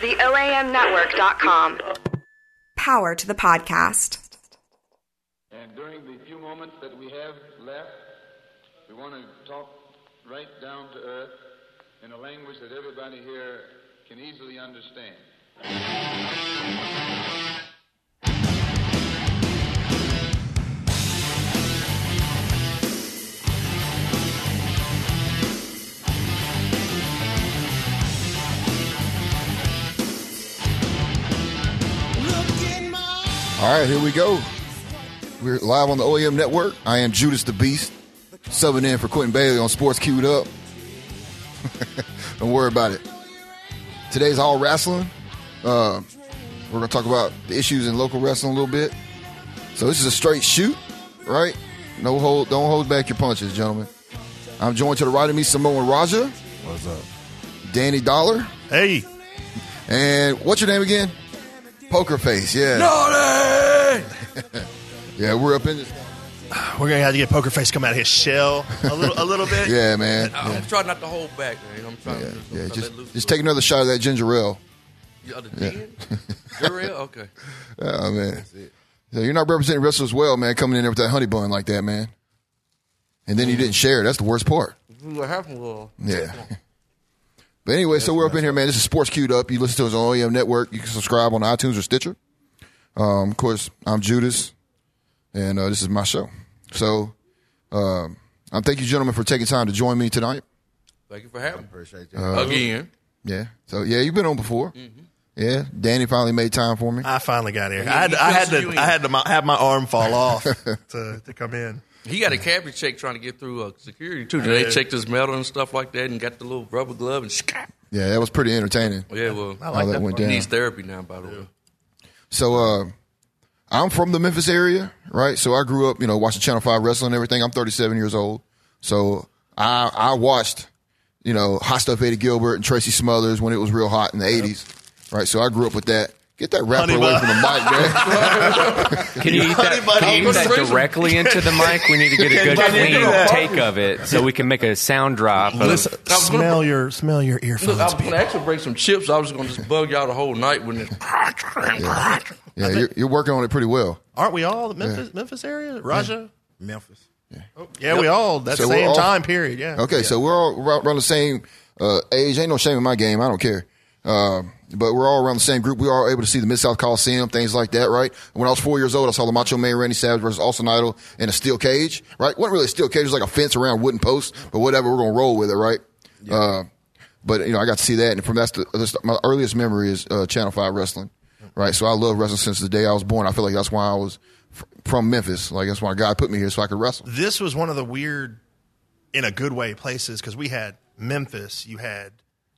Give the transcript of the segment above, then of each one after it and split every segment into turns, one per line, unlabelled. The OAMnetwork.com.
Power to the podcast.
And during the few moments that we have left, we want to talk right down to earth in a language that everybody here can easily understand.
All right, here we go. We're live on the OEM network. I am Judas the Beast, subbing in for Quentin Bailey on Sports Queued Up. Don't worry about it. Today's all wrestling. Uh, we're going to talk about the issues in local wrestling a little bit. So this is a straight shoot, right? No hold, don't hold back your punches, gentlemen. I'm joined to the right of me, Samoan Raja. What's up? Danny Dollar.
Hey,
And what's your name again? Poker Face, yeah.
Nolly!
Yeah, we're up in this.
We're gonna have to get Poker Face come out of his shell a little, a little bit.
Yeah, man.
I-
Yeah.
I'm trying not to hold back, man. I'm trying
Yeah,
to just,
yeah,
I'm trying to
just
Oh. let loose
just
a
take another shot of that ginger ale.
little. You other ten? You're real? Okay.
Oh man, so you're not representing wrestlers well, man. Coming in there with that honey bun like that, man, and then you didn't share. That's the worst part.
What happened was
Yeah. But anyway, so we're up in here, man. This is Sports Queued Up. You listen to us on OEM Network. You can subscribe on iTunes or Stitcher. Um, of course, I'm Judas, and uh, this is my show. So, um, I thank you, gentlemen, for taking time to join me tonight.
thank you for having me.
Appreciate you.
Uh-huh.
again.
Yeah. So yeah, you've been on before. Yeah. Danny finally made time for me.
Mm-hmm. I finally got here. I had,
he
I had
penciled you
to,
in.
I had to my, have my arm fall off to, to come in.
He got a cabbage check trying to get through uh, security too. They
did.
checked his metal and stuff like that, and got the little rubber glove and scat.
Yeah, that was pretty entertaining.
Yeah, well,
I
how
like
that,
that
went
part.
he
down.
needs therapy now, by the way.
So uh, I'm from the Memphis area, right? So I grew up, you know, watching Channel Five wrestling and everything. I'm 37 years old, so I I watched, you know, hot stuff Eddie Gilbert and Tracy Smothers when it was real hot in the 80s, right? So I grew up with that. Get that rapper
Honey
away
bun.
from the mic, man.
Can you eat that,
Anybody
can you eat
else?
that directly into the mic? We need to get a good
Can you do
clean
that?
take of it so we can make a sound drop. Of,
Listen, I was gonna-
Smell your, smell your
Look,
earphones.
I was going
people.
to actually bring some chips. I was going to just bug y'all the whole night when it's
Yeah, you're, you're working on it pretty well.
Aren't we all the Memphis, Memphis area? Raja?
Memphis.
Yeah, we all that
So we're
same
all-
time period. Yeah.
Okay, so we're all ar- around the same uh, age. Ain't no shame in my game. I don't care. Um, but we're all around the same group. We are able to see the Mid South Coliseum, things like that, right? When I was four years old, I saw the Macho Man Randy Savage versus Austin Idol in a steel cage, right? wasn't really a steel cage; it was like a fence around a wooden post, but whatever. We're gonna roll with it, right? Uh, but you know, I got to see that, and from that's the, that's the- my earliest memory is uh, Channel Five wrestling, right? So I love wrestling since the day I was born. I feel like that's why I was f- from Memphis. Like that's why God put me here so I could wrestle.
this was one of the weird, in a good way, places because we had Memphis, you had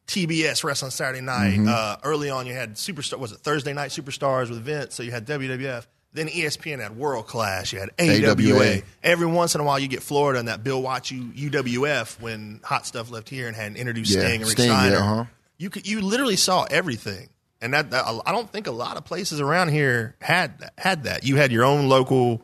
TBS wrestling Saturday night.
Mm-hmm.
Uh, early on, you had Superstar. Was it Thursday night Superstars with Vince? So you had WWF. Then E ESPN had World Clash. You had AWA.
AWA.
Every once in a while, you get Florida and that Bill Watchu UWF when Hot Stuff left here and had introduced
Yeah,
Sting and Rick
Sting, yeah,
Steiner.
uh-huh.
You could you literally saw everything, and that, that I don't think a lot of places around here had that, had that. You had your own local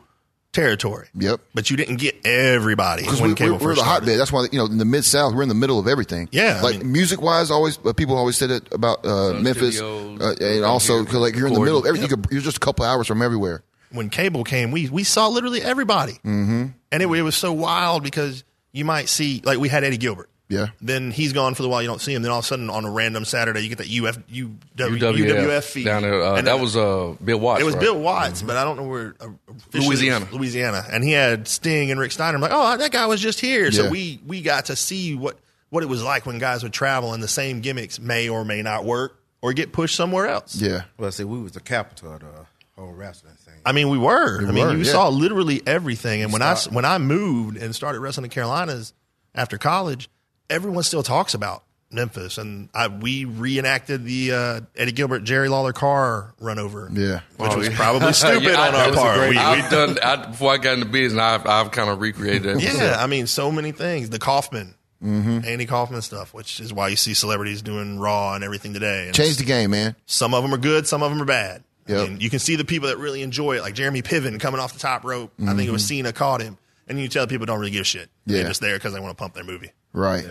territory.
Yep.
But you didn't get everybody
Because
when
we,
cable
we're,
first
we're the
started.
hotbed. That's why you know in the mid South we're in the middle of everything.
Yeah, I
like
mean-
music wise, always uh, people always said it about uh, Memphis,
studios,
uh, and
down
also
here,
'cause, like you're in the
recording.
middle of everything. You could- You're just a couple hours from everywhere.
When cable came, we we saw literally everybody, mm-hmm. and it, it was so wild because you might see like we had Eddie Gilbert.
Yeah.
Then he's gone for the while. You don't see him. Then all of a sudden, on a random Saturday, you get that UF, UW, UWF, feed.
down there. Uh,
E. And
that was uh, Bill Watts.
it was
right? Mm-hmm.
Bill Watts, but I don't know where uh, officially-
Louisiana.
Louisiana, and he had Sting and Rick Steiner. I'm like, oh, that guy was just here.
Yeah.
So we we got to see what what it was like when guys would travel, and the same gimmicks may or may not work or get pushed somewhere else.
Yeah,
Well, see, we was the capital of the whole wrestling thing.
I mean, we were. I mean,
were,
you
yeah.
saw literally everything. And when I when I moved and started wrestling in Carolinas after college, everyone still talks about Memphis. And I, we reenacted the uh, Eddie Gilbert, Jerry Lawler car run over.
Yeah.
which was probably stupid
Yeah, I- that
on our
was a
part.
great-
We- we-
I've done I, before I got into business. I've, I've kind of recreated that.
yeah, I mean, so many things. The Kaufman. Andy Kaufman stuff, which is why you see celebrities doing Raw and everything today. And
change the game, man.
Some of them are good, some of them are bad.
Yep.
And you can see the people that really enjoy it, like Jeremy Piven coming off the top rope. I think it was Cena caught him, and you tell people don't really give a shit.
Mm-hmm. Yeah.
They're just there because they want to pump their movie.
Right.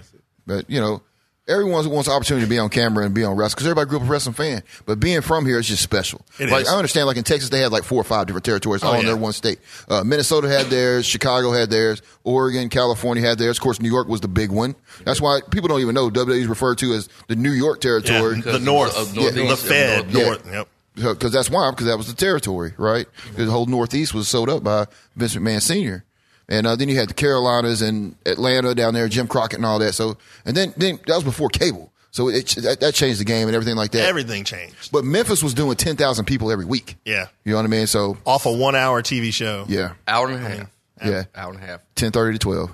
But you know, Everyone wants the opportunity to be on camera and be on wrestling because everybody grew up a wrestling fan. But being from here is just special.
It
like
is. Oh,
I understand, like in Texas, they had like four or five different territories all in
yeah.
their one state. Uh, Minnesota had theirs, Chicago had theirs, Oregon, California had theirs. Of course, New York was the big one. That's why people don't even know WWE is referred to as the New York territory.
the north,
up
yeah,
northeast,
the
up
Fed,
north.
north. Yep.
because that's why because that was the territory, right? 'Cause The whole Northeast was sewed up by Vince McMahon Senior, and uh, then you had the Carolinas and Atlanta down there, Jim Crockett and all that. So and then then that was before cable, so it that, that changed the game and everything like that.
Everything changed.
but Memphis was doing ten thousand people every week.
Yeah.
you know what I mean. So
Off a one-hour TV show.
yeah,
Hour and a half.
yeah,
Hour and a half.
ten thirty to twelve.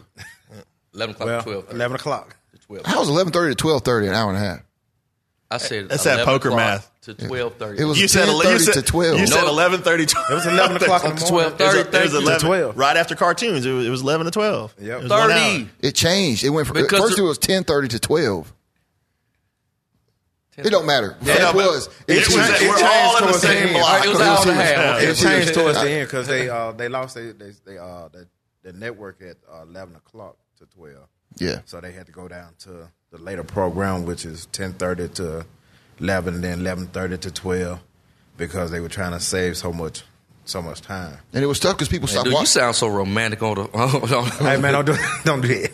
11 o'clock
Well,
to 12.
11 o'clock.
How was eleven thirty to twelve thirty an hour and a half?
I said
That's that
11
poker
o'clock
math.
To 12.30.
It was
You said,
10:30
you said
to 12.
You said
No.
eleven thirty. It
It was 11 o'clock in the morning.
12 30.
It was
Thank you.
11,
12.
Right after cartoons, it was, it was 11 to 12.
Yep.
It was one
30.
hour.
It changed. It went from
Because
first.
the-
it was ten thirty to twelve. It don't matter.
Yeah,
it
no, but
was.
It, was,
changed.
it
we're
changed
all in the
towards the
same
end.
block.
It was an hour and a half.
Yeah.
It
It's weird.
changed towards the end because they uh, they lost they they, they uh the, the network at uh, eleven o'clock to twelve.
Yeah.
So they had to go down to the later program, which is ten thirty to eleven, then eleven thirty to twelve, because they were trying to save so much so much time.
And it was tough because people stopped
Dude, you
watching.
sound so romantic on the.
hey man, don't do don't do that.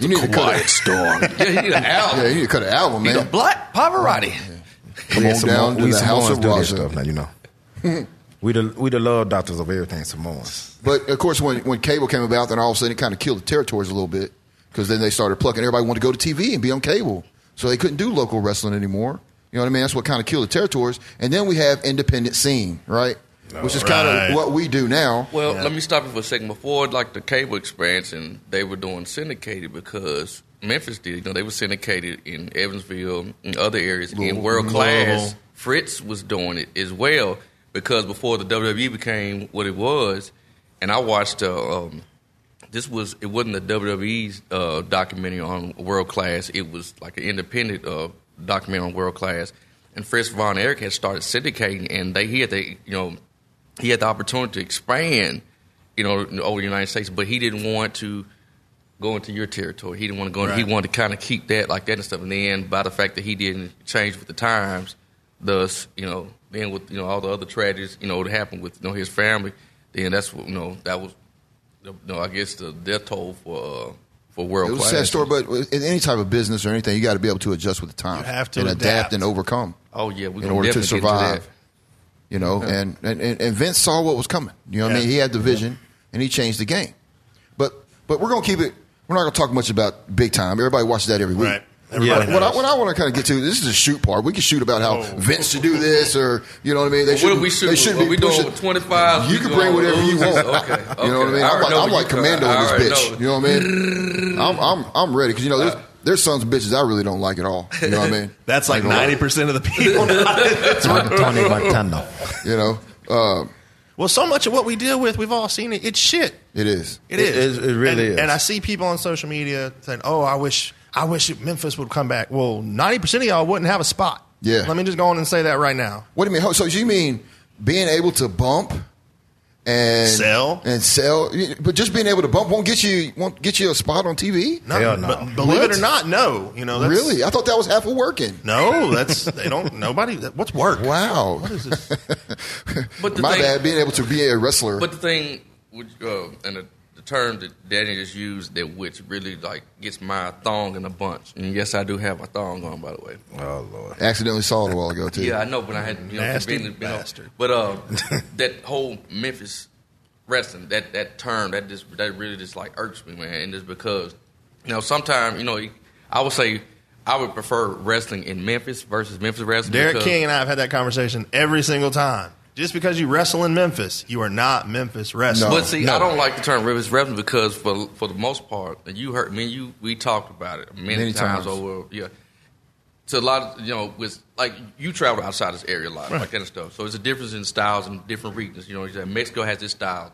You need to cut it.
storm. yeah, you need an
Yeah,
album.
you need to cut an album,
you need a
man.
black Pavarotti.
Come on down to
we
the House
Samoans
of
do that
Raja.
stuff now, you know. we the we the love doctors of everything Samoans.
But of course, when, when cable came about, then all of a sudden it kind of killed the territories a little bit because then they started plucking. Everybody wanted to go to TV and be on cable, so they couldn't do local wrestling anymore. You know what I mean? That's what kind of killed the territories. And then we have independent scene, right? Which is kind
Right.
of what we do now.
Well, let me stop you for a second. Before like the cable expansion, they were doing syndicated because Memphis did. You know, they were syndicated in Evansville and other areas. In world class,
Louisville.
Fritz was doing it as well because before the WWE became what it was, and I watched. Uh, um, this was it wasn't the WWE's uh, documentary on world class. It was like an independent uh, documentary on world class. And Fritz Von Erich had started syndicating, and they he had the you know he had the opportunity to expand, you know, over the United States, but he didn't want to go into your territory. He didn't want to go. He
Right.
wanted to kind of keep that like that and stuff. And then by the fact that he didn't change with the times, thus you know, then with you know all the other tragedies, you know, that happened with you know his family, then that's what you know that was, you know, I guess the death toll for uh, for world
It was a
class.
sad story, but in any type of business or anything, you got to be able to adjust with the time.
You have to
and
adapt.
and overcome.
Oh, yeah, we
in
gonna
order to
definitely get into
survive.
that.
You know, and, and and and Vince saw what was coming. You know what I
Yeah.
mean? He had the vision, and he changed the game. But but we're gonna keep it. We're not gonna talk much about big time. Everybody watches that every week.
Right. Everybody
What- What I,
knows.
what I want to kind of get to this is a shoot part. We can shoot about how
Oh.
Vince should do this, or you know what I mean. They
What are
should.
we
They
shooting?
should
Are
be
we
pushing.
doing 25?
You
We
can
doing
bring whatever you
losers?
want.
Okay,
You know what I
okay. I
mean? I'm
already
like,
know
I'm
where
like
you
commando in
coming.
this
I already
bitch.
know.
You know what I mean? I'm I'm I'm ready because you know there's
Uh,
there's sons of bitches I really don't like at all. You know what I mean?
That's like
I know.
90% of the people.
Tony Montano.
You know, uh,
well, so much of what we deal with, we've all seen it. It's shit.
it is.
It
It
is.
is- it really
and,
is.
And I see people on social media saying, "Oh, I wish, I wish Memphis would come back." Well, ninety percent of y'all wouldn't have a spot.
Yeah.
Let me just go on and say that right now.
What do you mean? Ho- So you mean being able to bump and
Sell?
and sell, but just being able to bump won't get you won't get you a spot on TV.
No,
Hell no.
but believe
What?
it or not, no. You know, that's,
really? I thought that was half of working.
No, that's they don't. Nobody. that- What's work?
Wow.
What is this?
But the
My
thing-
bad. Being able to be a wrestler.
But the thing, which, uh, and the, the term that Danny just used, that which really like gets my thong in a bunch. And yes, I do have my thong on, by the way.
Oh Lord.
accidentally saw it a while ago too.
Yeah, I know, but I had you know,
Nasty
conveniently been on-
bastard.
But uh, that whole Memphis wrestling, that that term, that just that really just like irks me, man. And it's because you know sometimes you know I would say I would prefer wrestling in Memphis versus Memphis wrestling.
Derek
because-
King and I have had that conversation every single time. Just because you wrestle in Memphis, you are not Memphis wrestling.
No.
But see, I don't like the term Rivers revenue because for for the most part, and you heard me, and you we talked about it many,
Many
times,
times.
over. Yeah, to a lot of you know, with like you travel outside this area a lot, like that and stuff. So it's a difference in styles and different regions. You know, you said Mexico has this style.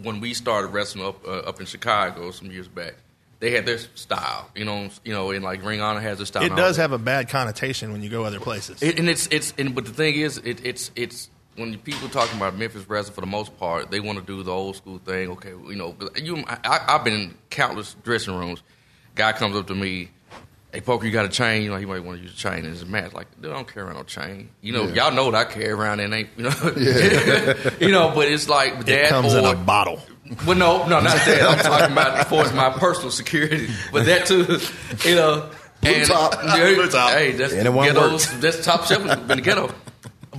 When we started wrestling up uh, up in Chicago some years back, they had their style. You know, you know, and like Ring Honor has their style. and
It
all
does
that.
have a bad connotation when you go other places.
It, and it's it's and but the thing is, it, it's it's when you- people talking about Memphis wrestling for the most part, they want to do the old school thing. Okay, you know, 'cause you I, I've been in countless dressing rooms. Guy comes up to me. hey, Poker, you got a chain. You know, you might want to use a chain in his match. Like, dude, I don't carry around no chain. You know,
Yeah.
y'all know what I carry around and ain't, you know. you know, but it's like that
It comes
or,
in a bottle.
Well, no, no, not that. I'm talking about as far as my personal security, but that too, you know. and-
top.
Yeah,
Blue top.
Hey, that's
Anyone
ghettos. That's top shelf in the ghetto.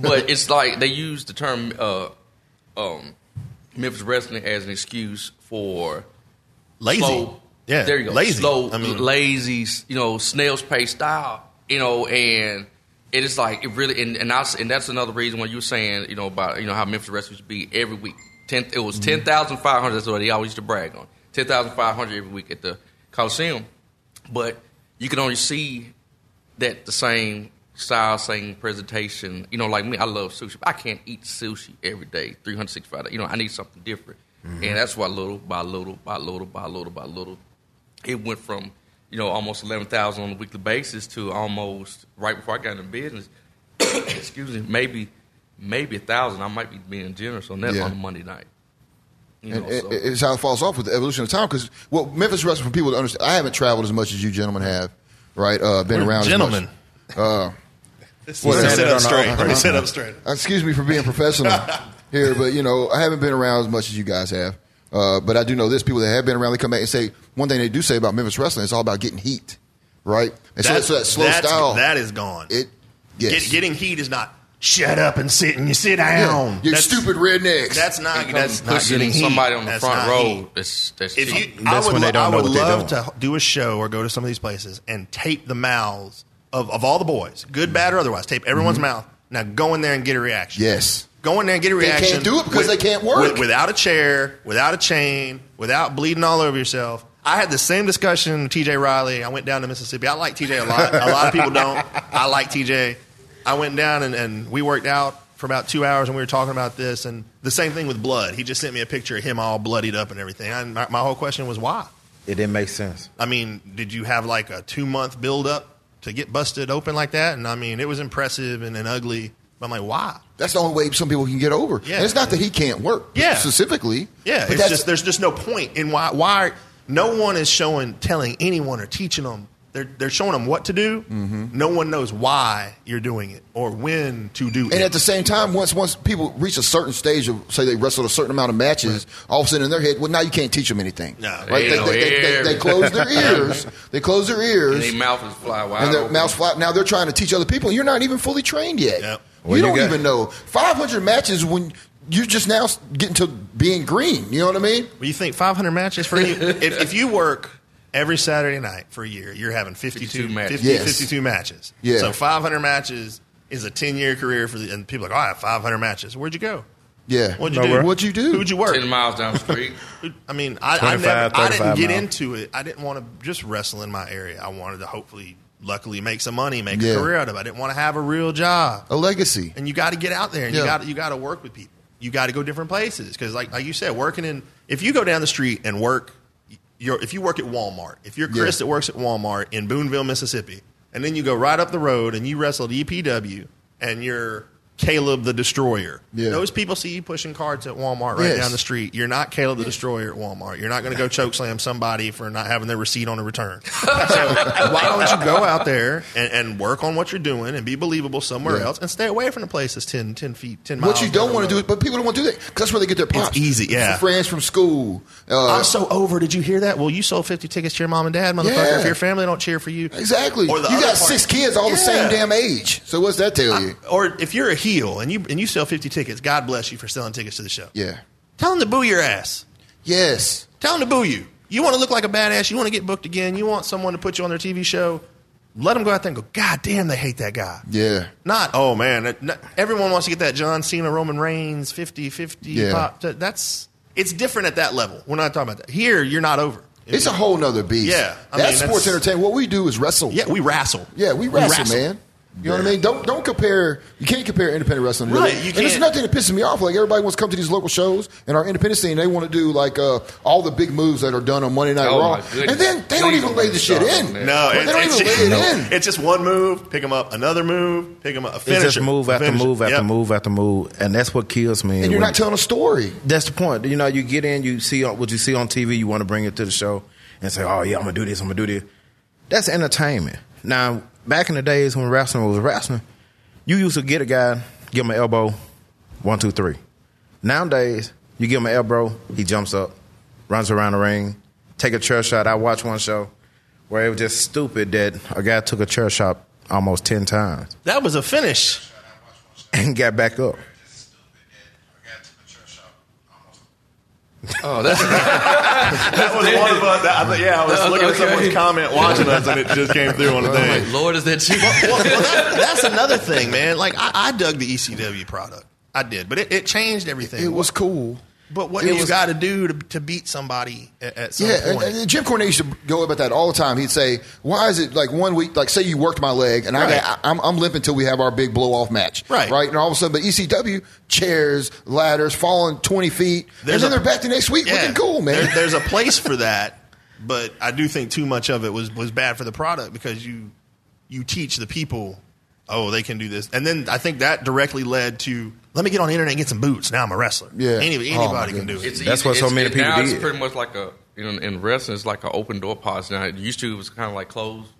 But it's like they use the term uh, um, Memphis wrestling as an excuse for
Lazy.
slow.
Yeah.
there you go.
Lazy.
Slow,
I mean,
lazy. You know, snail's pace style. You know, and it is like it really, and and, I, was- and that's another reason why you were saying, you know, about you know how Memphis wrestling used to be every week. Ten, it
Mm-hmm.
was thousand five hundred. That's what they always used to brag on. Ten thousand five hundred every week at the Coliseum, but you can only see that the same style, same presentation. You know, like me, I love sushi. But I can't eat sushi every day, 365 days. You know, I need something different.
Mm-hmm.
And that's why little by little by little by little by little, it went from, you know, almost 11,000 on a weekly basis to almost, right before I got into business, excuse me, maybe maybe a 1,000. I might be being generous on that
Yeah.
on a Monday night. You
And
know,
it,
so-
it- it's how it falls off with the evolution of time. Because well, Memphis wrestling for people to understand. I haven't traveled as much as you gentlemen have, right? Uh, been
We're
around, as much.
gentlemen.
Well,
Let me
that's-
sit up
it on our
straight.
own.
Let me sit up straight.
Uh, Excuse me for being professional here, but you know I haven't been around as much as you guys have. Uh, but I do know this: people that have been around, they come back and say one thing they do say about Memphis wrestling it's all about getting heat, right? And so,
That's-
so that slow
that's-
style,
That is gone.
it yes,
Get, getting heat is not shut up and sit and you sit down.
you
That's-
stupid rednecks.
That's not
Come
that's not
pushing
getting heat.
somebody on the
That's
front
not
row.
heat.
That's, that's
If
cheap.
you, I
That's
would,
when they
lo-
don't
I
know
would
what they're
love
doing.
to do a show or go to some of these places and tape the mouths of, of all the boys, good, bad, or otherwise. Tape everyone's
Mm-hmm.
mouth. Now go in there and get a reaction.
Yes.
Go in there and get a
can't
reaction.
do it because they can't work.
with- without a chair, without a chain, without bleeding all over yourself. I had the same discussion with TJ Riley. I went down to Mississippi. I like TJ a lot. A lot of people don't. I like TJ. I went down and, and we worked out for about two hours and we were talking about this. And the same thing with blood. He just sent me a picture of him all bloodied up and everything. And my, my whole question was, why?
It didn't make sense.
I mean, did you have like a two month build up to get busted open like that? And I mean, it was impressive and, and ugly. But I'm like, why?
That's the only way some people can get over.
Yeah.
And it's not that he can't work
Yeah.
specifically.
Yeah,
but
it's
that's-
just there's just no point in why why no one is showing telling anyone or teaching them. They're they're showing them what to do.
Mm-hmm.
No one knows why you're doing it or when to do
And
it.
at the same time, once once people reach a certain stage of say they wrestled a certain amount of matches, all of a sudden in their head, well now you can't teach them anything.
No.
right?
They
They,
know
they, they, they, they
everything.
close their ears. They close their
and
ears,
their
and,
mouth is fly wide.
their
open.
mouths flap. Now they're trying to teach other people. and You're not even fully trained yet.
Yep.
You
Well, you
don't
got-
even know 500 matches when you're just now getting to being green. You know what I mean?
Well, you think 500 matches for you? if, if you work every Saturday night for a year, you're having 52,
52 matches.
50,
Yes.
52 matches.
Yeah.
So 500 matches is a 10 year career for the, and people are like, oh, I have 500 matches. Where'd you go?
Yeah.
What'd you
Nowhere.
do?
What'd you do?
Who'd you work?
ten miles down the street.
I mean, I, I
25,
never, I didn't
35
get
mile.
into it. I didn't want to just wrestle in my area. I wanted to hopefully, luckily, make some money, make
Yeah.
a career out of it. I didn't want to have a real job.
a legacy.
And you got to get out there, and
Yeah.
you got you got to work with people. You got to go different places because, like like you said, working in if you go down the street and work, you're, if you work at Walmart, if you're Chris
Yeah.
that works at Walmart in Booneville, Mississippi, and then you go right up the road and you wrestle at EPW, and you're Caleb the Destroyer.
Yeah.
Those people see you pushing cards at Walmart right
Yes.
down the street. You're not Caleb the Destroyer at Walmart. You're not going to go choke slam somebody for not having their receipt on a return. so why don't you go out there and, and work on what you're doing and be believable somewhere
Yeah.
else and stay away from the place that's 10, 10 feet, 10 miles.
What you don't want to do, is, but people don't want to do that because that's where they get their pops.
easy, yeah.
Friends from school. Uh,
I'm so over. Did you hear that? Well, you sold 50 tickets to your mom and dad, motherfucker.
Yeah.
If your family don't cheer for you.
Exactly.
Or
you
the
got
other part-
six kids all the same
Yeah.
damn age. So what's that tell you?
Or if you're a heel and you, and you sell 50 tickets, God bless you for selling tickets to the show.
yeah.
Tell them to boo your ass.
Yes.
Tell them to boo you. You want to look like a badass. You want to get booked again. You want someone to put you on their TV show. Let them go out there and go, God damn, they hate that guy.
Yeah.
Not, oh man, that- not- everyone wants to get that John Cena, Roman Reigns, 50 50
Yeah.
pop. That- That's, it's different at that level. We're not talking about that. Here, you're not over.
It's a whole nother beast.
Yeah. I mean,
that's
that's-
sports entertainment. What we do is wrestle.
Yeah, we wrestle.
Yeah, we wrestle, man. You know what I mean? Don't don't compare. You can't compare independent wrestling. Really.
Right, you
And it's
can't.
nothing that pisses me off. Like everybody wants to come to these local shows and our independent scene. They want to do like uh, all the big moves that are done on Monday Night
Oh,
Raw,
my goodness.
and then they don't
Please
even
don't
lay
get
the
me
shit
started
in.
on that.
No,
Well,
it's,
they don't
it's
even
just,
lay it
no.
in.
it's just one move, pick him up, another move, pick him up, a
It's
finisher.
just move after
finisher.
move after
Yep.
move after move, and that's what kills me.
and you're
when-
not telling a story.
that's the point. You know, you get in, you see uh, what you see on TV, you want to bring it to the show and say, "Oh yeah, I'm gonna do this, I'm gonna do this." That's entertainment. Now, back in the days when wrestling was wrestling, you used to get a guy, give him an elbow, one, two, three. Nowadays, you give him an elbow, he jumps up, runs around the ring, take a chair shot. I watched one show where it was just stupid that a guy took a chair shot almost ten times
That was a finish.
and got back up.
Oh, that's
That was one of us. That, I think, yeah, I was looking at
Okay.
someone's comment watching us, and it just came through on the thing.
Lord, is that you?
Oh Well, well, that, that's another thing, man. Like I, I dug the ECW product, I did, but it, it changed everything.
It was cool.
But what
It
do you
was-
got to do to to beat somebody at, at some
Yeah, and,
point?
and Jim Cornette used to go about that all the time. He'd say, "Why is it like one week? Like, say you worked my leg, and I
Right.
got, I, I'm, I'm limping until we have our big blow off match,
Right.
Right? And all of a sudden, but ECW chairs, ladders, falling twenty feet,
There's
and
a-
then they're back the next week,
Yeah.
looking cool, man.
There- there's a place for that, but I do think too much of it was was bad for the product because you you teach the people, oh, they can do this, and then I think that directly led to let me get on the internet and get some boots. Now I'm a wrestler.
Yeah.
Any-
Oh,
anybody,
my
can do
goodness.
it.
It's
That's
easy-
what so
it's-
many
it-
people
now
did.
It's pretty much like a in, in wrestling. It's like an open door policy. Now it used to it was kind of like closed.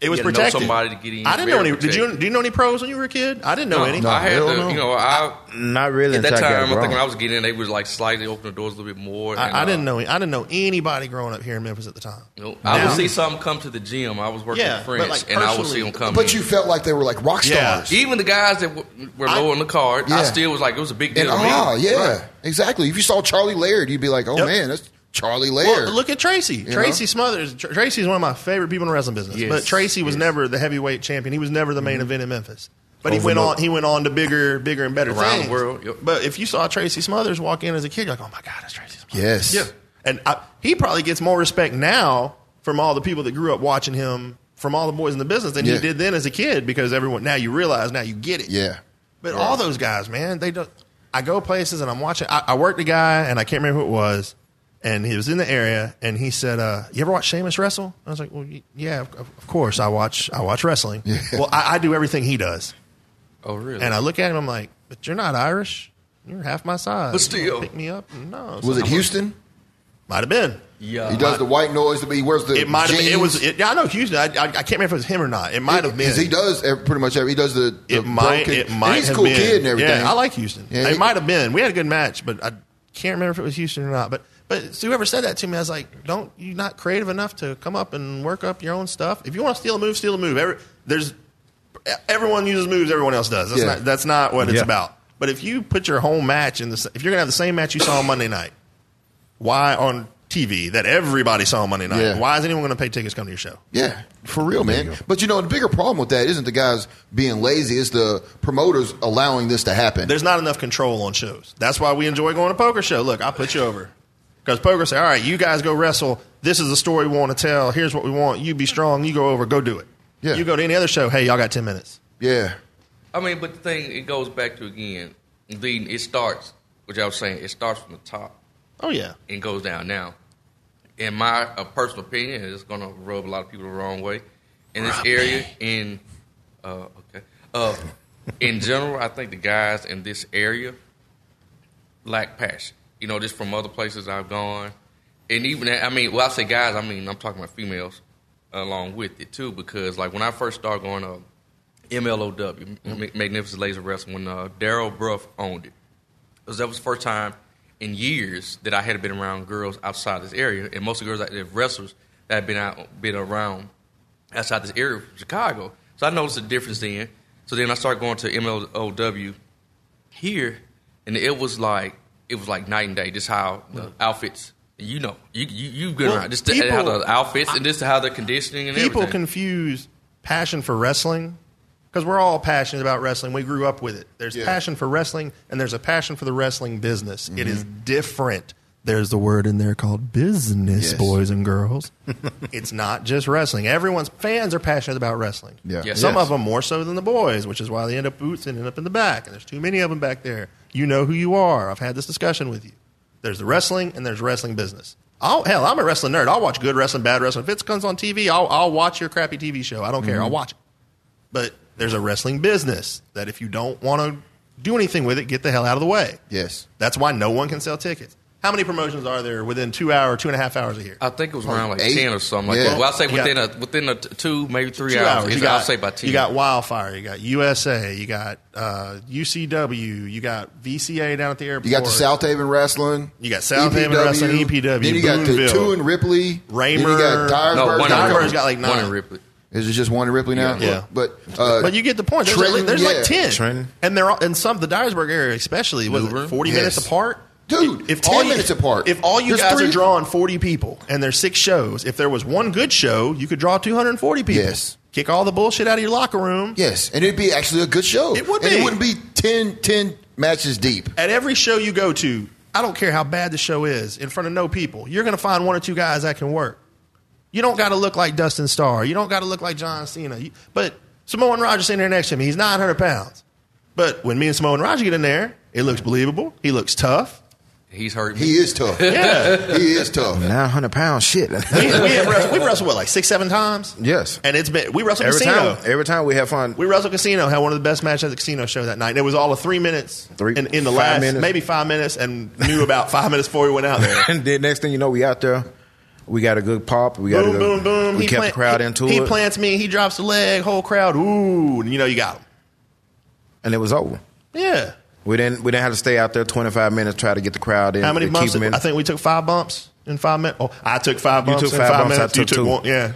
It was
You had to know
protected.
somebody to get in.
I didn't know
Very
any. Did you?
protected.
Do you know any pros when you were a kid? I didn't know any.
Um, I had
hell
to,
no.
you know, I
Not really.
at that
until I got
time. I think
wrong.
when I was getting in, they was like slightly open the doors a little bit more. and,
I, I didn't
uh,
know. I didn't know anybody growing up here in Memphis at the time.
you know, I
Now-
would see some come to the gym. I was working
Yeah,
with French,
but, like,
and I would
personally-
see them come.
but
in.
you felt like they were like rock
Yeah. E
stars.
even the guys that w- were
I-
low on the card,
Yeah.
I still was like, it was a big deal.
And
to me.
ah, yeah,
Right.
exactly. If you saw Charlie Laird, you'd be like, "Oh
Yep.
man, that's Charlie Laird."
Well, look at Tracy. Tracy
know?
Smothers. Tr- Tracy is one of my favorite people in the wrestling business.
Yes,
But Tracy
yes.
was
Mm-hmm.
never the heavyweight champion. He was never the main event in Memphis. But he went on. He went on to bigger, bigger and better
Around the
things.
world, yep.
But if you saw Tracy Smothers walk in as a kid, you're like, oh my god, that's Tracy. Smothers.
yes,
And I, he probably gets more respect now from all the people that grew up watching him, from all the boys in the business, than
Yeah.
he did then as a kid because everyone now you realize now you get it.
yeah.
But all those guys, man, they don't. I go places and I'm watching. I, I worked a guy and I can't remember who it was, and he was in the area and he said, uh, "You ever watch Sheamus wrestle?" I was like, "Well, y- yeah, of, of course I watch. I watch wrestling. Well, I, I do everything he does."
Oh, really?
And I look at him, I'm like, "But you're not Irish. You're half my size.
But
You gonna
still.
pick me up." No,
Was it
Houston?
Houston?
Might have been.
yeah,
He does the white noise. To be where's the
Uh, It might have been. It
jeans?
was. It, I know Houston. I, I, I can't remember if it was him or not. It might have been.
'Cause He does ev- pretty much every. He does the. the
It might.
broken-
It
and
might
He's a
have
cool
been.
kid and everything.
Yeah, I like Houston.
Yeah,
it
he-
might have been. We had a good match, but I can't remember if it was Houston or not. But but whoever said that to me, I was like, don't you not creative enough to come up and work up your own stuff? If you want to steal a move, steal a move. Every, there's everyone uses moves. Everyone else does. That's
Yeah.
not that's not what it's
Yeah.
about. But if you put your whole match in the, s- if you're gonna have the same match you saw on Monday night, why on TV that everybody saw on Monday night?
Yeah.
Why is anyone gonna pay tickets to come to your show?
Yeah, for real, man. but you know, the bigger problem with that isn't the guys being lazy; it's the promoters allowing this to happen.
there's not enough control on shows. That's why we enjoy going to poker show. Look, I put you over because poker say, all right, you guys go wrestle. This is the story we want to tell. Here's what we want. You be strong. You go over. Go do it.
Yeah.
You go to any other show. Hey, y'all got ten minutes.
yeah,
I mean, but the thing it goes back to again, leading. It starts, which I was saying, it starts from the top
Oh yeah.
and goes down. Now, in my uh, personal opinion, it's going to rub a lot of people the wrong way in this area. In uh, okay, uh, in general, I think the guys in this area lack passion. You know, just from other places I've gone, and even that, I mean, well, I say guys, I mean I'm talking about females along with it too, because like when I first started going up. MLOW,
Mm-hmm.
M- Magnificent Laser Wrestling, when uh, Daryl Bruff owned it. Because that was the first time in years that I had been around girls outside this area. And most of the girls, that that wrestlers, that had been, out, been around outside this area from Chicago. So I noticed the difference then. So then I started going to MLOW here, and it was like it was like night and day. Just how the outfits, you know, you you you've been
Well,
around. Just the-
people-
how the outfits and just how the conditioning and
People
everything.
confuse passion for wrestling because we're all passionate about wrestling. We grew up with it. There's
Yeah.
passion for wrestling and there's a passion for the wrestling business. It is
Mm-hmm.
different. There's the word in there called business,
Yes.
boys and girls. it's not just wrestling. Everyone's fans are passionate about wrestling.
Yeah.
Yes.
Some
Yes.
of them more so than the boys, which is why they end up boots and end up in the back. And there's too many of them back there. You know who you are. I've had this discussion with you. There's the wrestling and there's wrestling business. I'll, hell, I'm a wrestling nerd. I'll watch good wrestling, bad wrestling. If it comes on TV, I'll, I'll watch your crappy TV show. I don't care. I'll watch it. But there's a wrestling business that if you don't want to do anything with it, get the hell out of the way.
yes.
That's why no one can sell tickets. How many promotions are there within two hour, two and a half hours of here?
I think it was around like
Eight?
ten or something like
Yeah.
that. Well, I'll say
You got-
within a within a t- two, maybe three
two
hours.
hours.
It's-
You got,
I'll say by ten.
You got Wildfire. You got USA. You got uh, UCW. You got VCA down at the airport.
You got the South Haven Wrestling. E
You got South Haven Wrestling, EPW,
Then you got the
Boonville.
two in Ripley.
Raymer.
Then you got Dyersburg.
no, one in
Dyersburg's
Ripley.
got like
One
nine.
in Ripley.
Is it just one in Ripley now?
Yeah.
But uh,
but you get the point. There's,
Trenton,
like, there's
yeah.
like ten,
Trenton.
and they're all, and some the Dyersburg area especially was
Newbern.
it forty
Yes.
minutes apart.
Dude, 10 minutes apart.
If all you
There's
guys
three-
are drawing forty people and there's six shows, if there was one good show, you could draw two hundred and forty people.
Yes.
Kick all the bullshit out of your locker room.
yes, and it'd be actually a good show.
It would
And
be.
it wouldn't be 10, 10 matches deep.
at every show you go to, I don't care how bad the show is, in front of no people, you're going to find one or two guys that can work. You don't got to look like Dustin Starr. You don't got to look like John Cena. You, but Samoan Roger's in there next to me. He's 900 pounds. But when me and Samoan Roger get in there, it looks believable. He looks tough.
He's hurt.
He is tough.
Yeah.
he is tough.
Nine hundred pounds, shit.
we, we have wrestled, we've wrestled, what, like six, seven times?
Yes.
And it's been, we wrestled
every
Casino.
time, every time we have fun.
we wrestled Casino, had one of the best matches at the Casino show that night. And it was all of three minutes
Three-
in, in the
five
last,
minutes.
maybe five minutes, and knew about five minutes before we went out there.
and then next thing you know, we out there. We got a good pop. We got
boom,
a
boom,
good,
boom.
We kept
plant-
the crowd
he-
into
he
it,
plants me. He drops the leg. Whole crowd. Ooh, and you know you got him.
and it was over.
Yeah.
We didn't. We didn't have to stay out there twenty five minutes try to get the crowd in.
How many
to
bumps?
Keep 'em in.
I think we took five bumps in five minutes. Oh, I took five
You
bumps
took
in
five
five
bumps, I
minutes. you
took
took
two.
one. Yeah.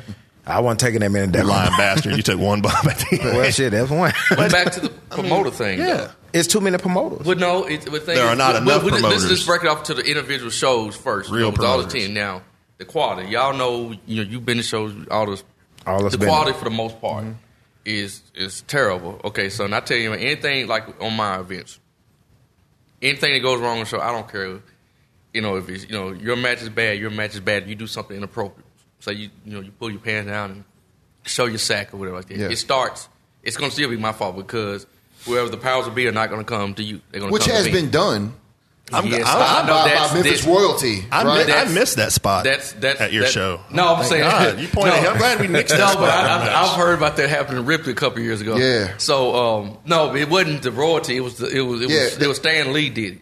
I wasn't taking that many. That
Lying bastard. You took one bump at the end.
well, shit, that's one.
But back to the promoter thing. though.
Yeah.
it's too many promoters.
But no, it, but thing
There
is-
are not
but-
enough
but Let's
promoters.
just break it off to the individual shows first.
Real
you know, with all the
promoters.
ten now. The quality, y'all know, you know, you've been to shows. All this,
All us
the
been
quality
there.
for the most part
Mm-hmm.
is is terrible. Okay, so and I tell you, anything like on my events, anything that goes wrong on the show, I don't care. You know, if it's you know your match is bad, your match is bad. You do something inappropriate, so you you know you pull your pants down and show your sack or whatever like that.
Yeah.
It starts. It's going to still be my fault because whoever the powers will be are not going to come to you. They're going to
Which
come
has
to me.
been done
I'm,
Yes,
I'm,
I know
by,
that's-
by Memphis
that's-
royalty.
I'm,
right?
I
That's-
missed that spot.
That's that's
at your
that-
show.
No, I'm
Thank
saying
God. you pointed.
No.
out. I'm glad we nixed that
No,
spot.
but I, I, I've heard about that happening in Ripley a couple years ago.
Yeah.
So um, no, it wasn't the royalty. It was the, it was it
Yeah,
was
that-
it was Stan Lee did it.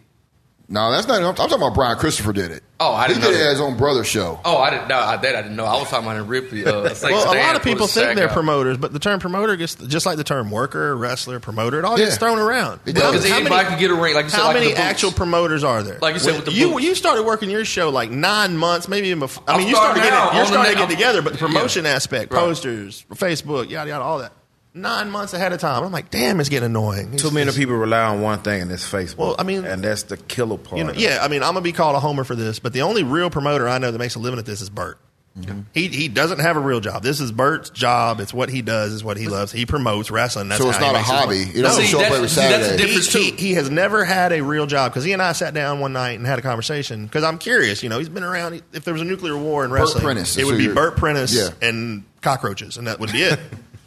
no, that's not. I'm, I'm talking about Brian Christopher did it.
Oh, I didn't
he did
know
it
that.
at his own brother show.
Oh, I didn't. No, I, that I didn't know. I was talking about in Ripley. Uh, it's like
well, a
Stan
lot of
pulled
people
his
think
sack
they're
out.
promoters, but the term promoter gets just like the term worker, wrestler, promoter. It all gets
Yeah.
thrown around.
It
How
does.
many-
Anybody can get a ring, like you said,
how
like
many
the boots.
actual promoters are there?
Like you said
When-
with the
you
boots.
you started working your show like nine months, maybe even before. I
I'm
mean, you started
starting
getting
now,
you're
on the
starting to
ne-
get together, but the
Yeah.
promotion aspect,
Right.
posters, Facebook, yada yada, all that. Nine months ahead of time, I'm like, damn, it's getting annoying. It's-
Too many
it's-
people rely on one thing, and it's Facebook.
Well, I mean-
and that's the killer part.
You know,
of it.
yeah, I mean, I'm gonna be called a homer for this, but the only real promoter I know that makes a living at this is Bert.
Mm-hmm.
He he doesn't have a real job. This is Bert's job. It's what he does. It's what he loves. He promotes wrestling. That's
So it's
how he
not a
makes his
hobby.
money.
You don't
See,
show up
that's-
every
see, that's the
Saturday.
difference.
he,
Different too.
he, he has never had a real job because he and I sat down one night and had a conversation because I'm curious. You know, he's been around. he- If there was a nuclear war in wrestling,
Prentice is
it would
who
be
you're-
Burt Prentice
Yeah.
and cockroaches, and that would be it.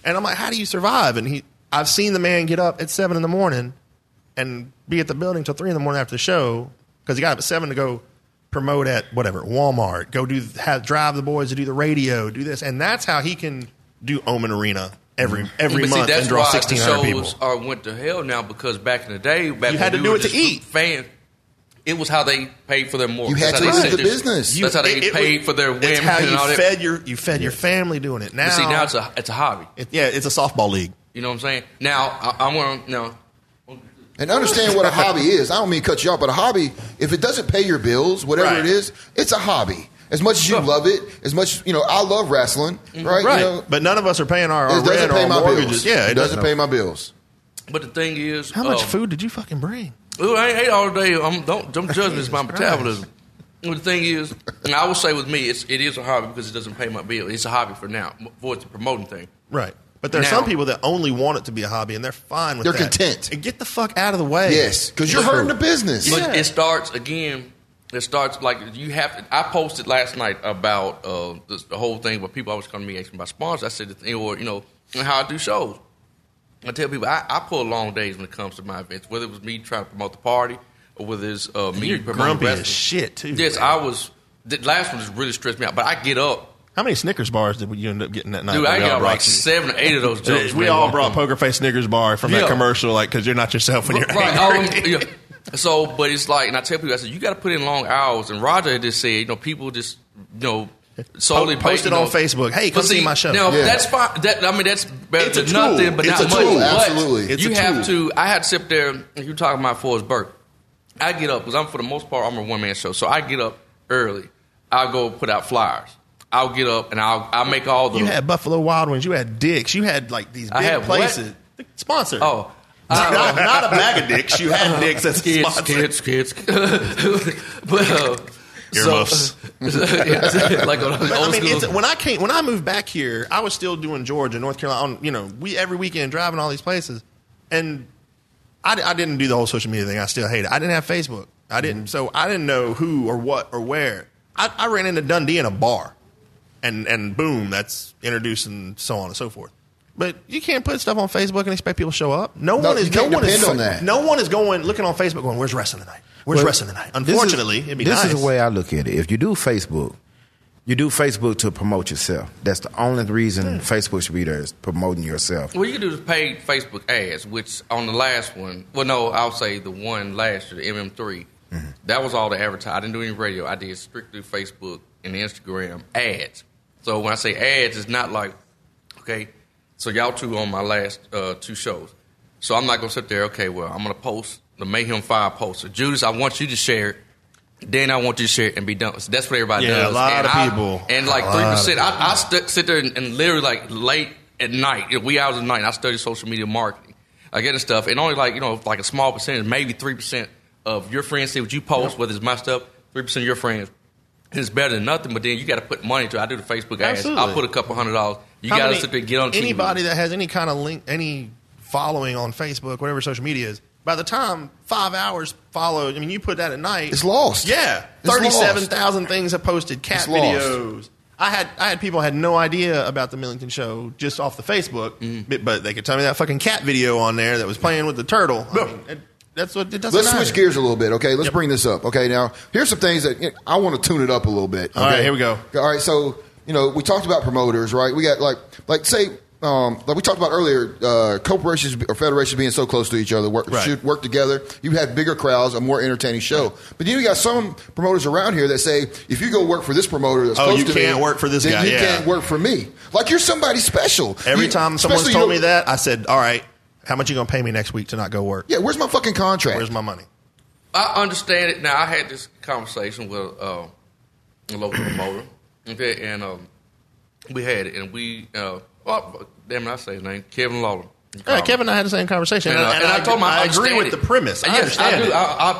and I'm like, how do you survive? And he, I've seen the man get up at seven in the morning and be at the building till three in the morning after the show because he got up at seven to go promote at whatever Walmart, go do have, drive the boys to do the radio, do this, and that's how he can do Omen Arena every
Mm-hmm.
every
But see,
month
that's
and draw
why the
sixteen hundred people.
shows Are went to hell now because back in the day, back
You had
when
to
we
do
were
it to
just
eat.
Fans, it was how they paid for their mortgage.
You had
That's
to
how
run
they sent
the
their-
business.
That's how they
It- it
paid
was-
for their women
It's how
and
you
all that.
fed your you fed your family doing it. Now,
But see, now it's a it's a hobby.
it- yeah, it's a softball league.
You know what I'm saying? Now I, I'm going to now.
And understand what a hobby is. I don't mean to cut you off, but a hobby, if it doesn't pay your bills, whatever
Right.
it is, it's a hobby. As much as you
Sure. Mm-hmm.
love it, as much you know, I love wrestling, right?
Right,
You know,
but none of us are paying our, our
it doesn't
rent or
pay
our
my bills.
mortgages. Yeah,
it doesn't pay my bills.
But the thing is,
How much
um,
food did you fucking bring?
Ooh, I ain't ate all day. I'm, don't don't judge me. It's my metabolism. Well, the thing is, and I would say with me, it's, it is a hobby because it doesn't pay my bill. It's a hobby for now, for it's a promoting thing.
Right, but there are
Now-
some people that only want it to be a hobby and they're fine with.
They're
that.
content.
And get the fuck out of the way.
Yes, because you're hurting the business.
But it starts again. It starts like you have. To, I posted last night about uh, this, the whole thing, but people always come to me asking about sponsors. I said, the thing, or you know, and how I do shows. I tell people I, I pull long days when it comes to my events, whether it was me trying to promote the party or whether it's uh, me
You're
promoting
grumpy as
wrestling.
shit, too,
Yes,
man.
I was. The last one just really stressed me out, but I get up.
How many Snickers bars did you end up getting that night?
Dude,
that
I
we all
got
brought
like
to you?
seven or eight of those jokes.
We
man,
all
walking.
brought Poker Face Snickers bar from
Yeah.
that commercial, like because you're not yourself when you're
Right, all
angry.
them- yeah. So, but it's like, and I tell people, I said, you got to put in long hours. And Roger just said, you know, people just, you know, solely
Po- post
pay-
it
you
on
know.
Facebook. Hey, come
But
see my show.
Now,
Yeah.
that's fine. That, I mean, that's better
It's a
than
tool.
nothing, but
It's
not
a
much.
tool,
But
absolutely.
It's
you
a
have
tool.
to, I had to sit there, and you talking about Forrest Burke. I get up, because I'm, for the most part, I'm a one man show. So I get up early. I'll go put out flyers. I'll get up and I'll, I'll make all the.
You had Buffalo Wild Wings. You had Dicks. You had like these big
I had what?
places. Sponsor.
oh.
Not, not, not a bag of dicks. You had dicks as a
kids,
sponsor.
kids, kids, but uh,
Earmuffs.
So, Yeah, like on old
But, I mean,
school.
it's, when I came, when I moved back here, I was still doing Georgia, North Carolina. On, you know, we every weekend driving all these places, and I, di- I didn't do the whole social media thing. I still hate it. I didn't have Facebook. I didn't, so I didn't know who or what or where. I, I ran into Dundee in a bar, and and boom, that's introduced and so on and so forth. But you can't put stuff on Facebook and expect people to show up. No,
No,
one is.
you
No
can't
one is.
depend on that.
No one is going looking on Facebook going. Where's wrestling tonight? Where's
Well,
wrestling tonight?
this is-
Unfortunately, it'd be
this
nice.
is the way I look at it. If you do Facebook, you do Facebook to promote yourself. That's the only reason
Hmm.
Facebook should be there is promoting yourself.
Well, you can do the paid Facebook ads, which on the last one, well, no, I'll say the one last year, the MM3,
Mm-hmm.
that was all the advertising. I didn't do any radio. I did strictly Facebook and Instagram ads. So when I say ads, it's not like, okay, so y'all two on my last uh, two shows. So I'm not going to sit there, okay, well, I'm going to post the Mayhem 5 poster. Judas, I want you to share it. Then I want you to share it and be done. So that's what everybody
Yeah, a
does.
lot
and
of
I-
people.
And like
A lot of
3%.
people.
I, I stu- sit there and, and literally like late at night, you know, wee hours at night, and I study social media marketing. I get the stuff, and only like you know, like a small percentage, maybe three percent of your friends see what you post, whether it's my stuff, three percent of your friends. It's better than nothing, but then you got to put money to. it. I do the Facebook ads.
Absolutely.
I'll put a couple hundred dollars. You
How
got to
many-
sit there and get on TV.
anybody that has any kind of link, any following on Facebook, whatever social media is. By the time five hours followed, I mean you put that at night,
It's lost.
Yeah,
It's
thirty-seven thousand things have posted cat
It's lost.
videos. I had I had people had no idea about the Millington show just off the Facebook,
Mm-hmm.
but, but they could tell me that fucking cat video on there that was playing with the turtle. I mean, it- that's what it doesn't.
Let's
matter.
switch gears a little bit, okay? Let's bring this up, okay? Now, here's some things that you know, I want to tune it up a little bit.
All right,
okay?
here we go.
All right, so you know we talked about promoters, right? We got like like say um, like we talked about earlier, uh, corporations or federations being so close to each other work,
Right.
should work together. You have bigger crowds, a more entertaining show. But then you got some promoters around here that say if you go work for this promoter that's
Oh,
close
you
to
can't
me,
work for this
then
guy,
you
yeah.
can't work for me. Like you're somebody special.
Every
You-
time someone's
especially,
told
you
me
know-
that, I said, "All right, how much you gonna pay me next week to not go work?
yeah, where's my fucking contract?
Where's my money?"
I understand it. Now, I had this conversation with uh, a local promoter, okay, and um, we had it, and we, uh, well, damn it, I say his name, Kevin Lawler.
Yeah, Kevin and I had the same conversation, Um, and,
uh,
and I, told him I, agree
understand
with
it.
the premise. I
yes,
understand
I do.
it.
I, I,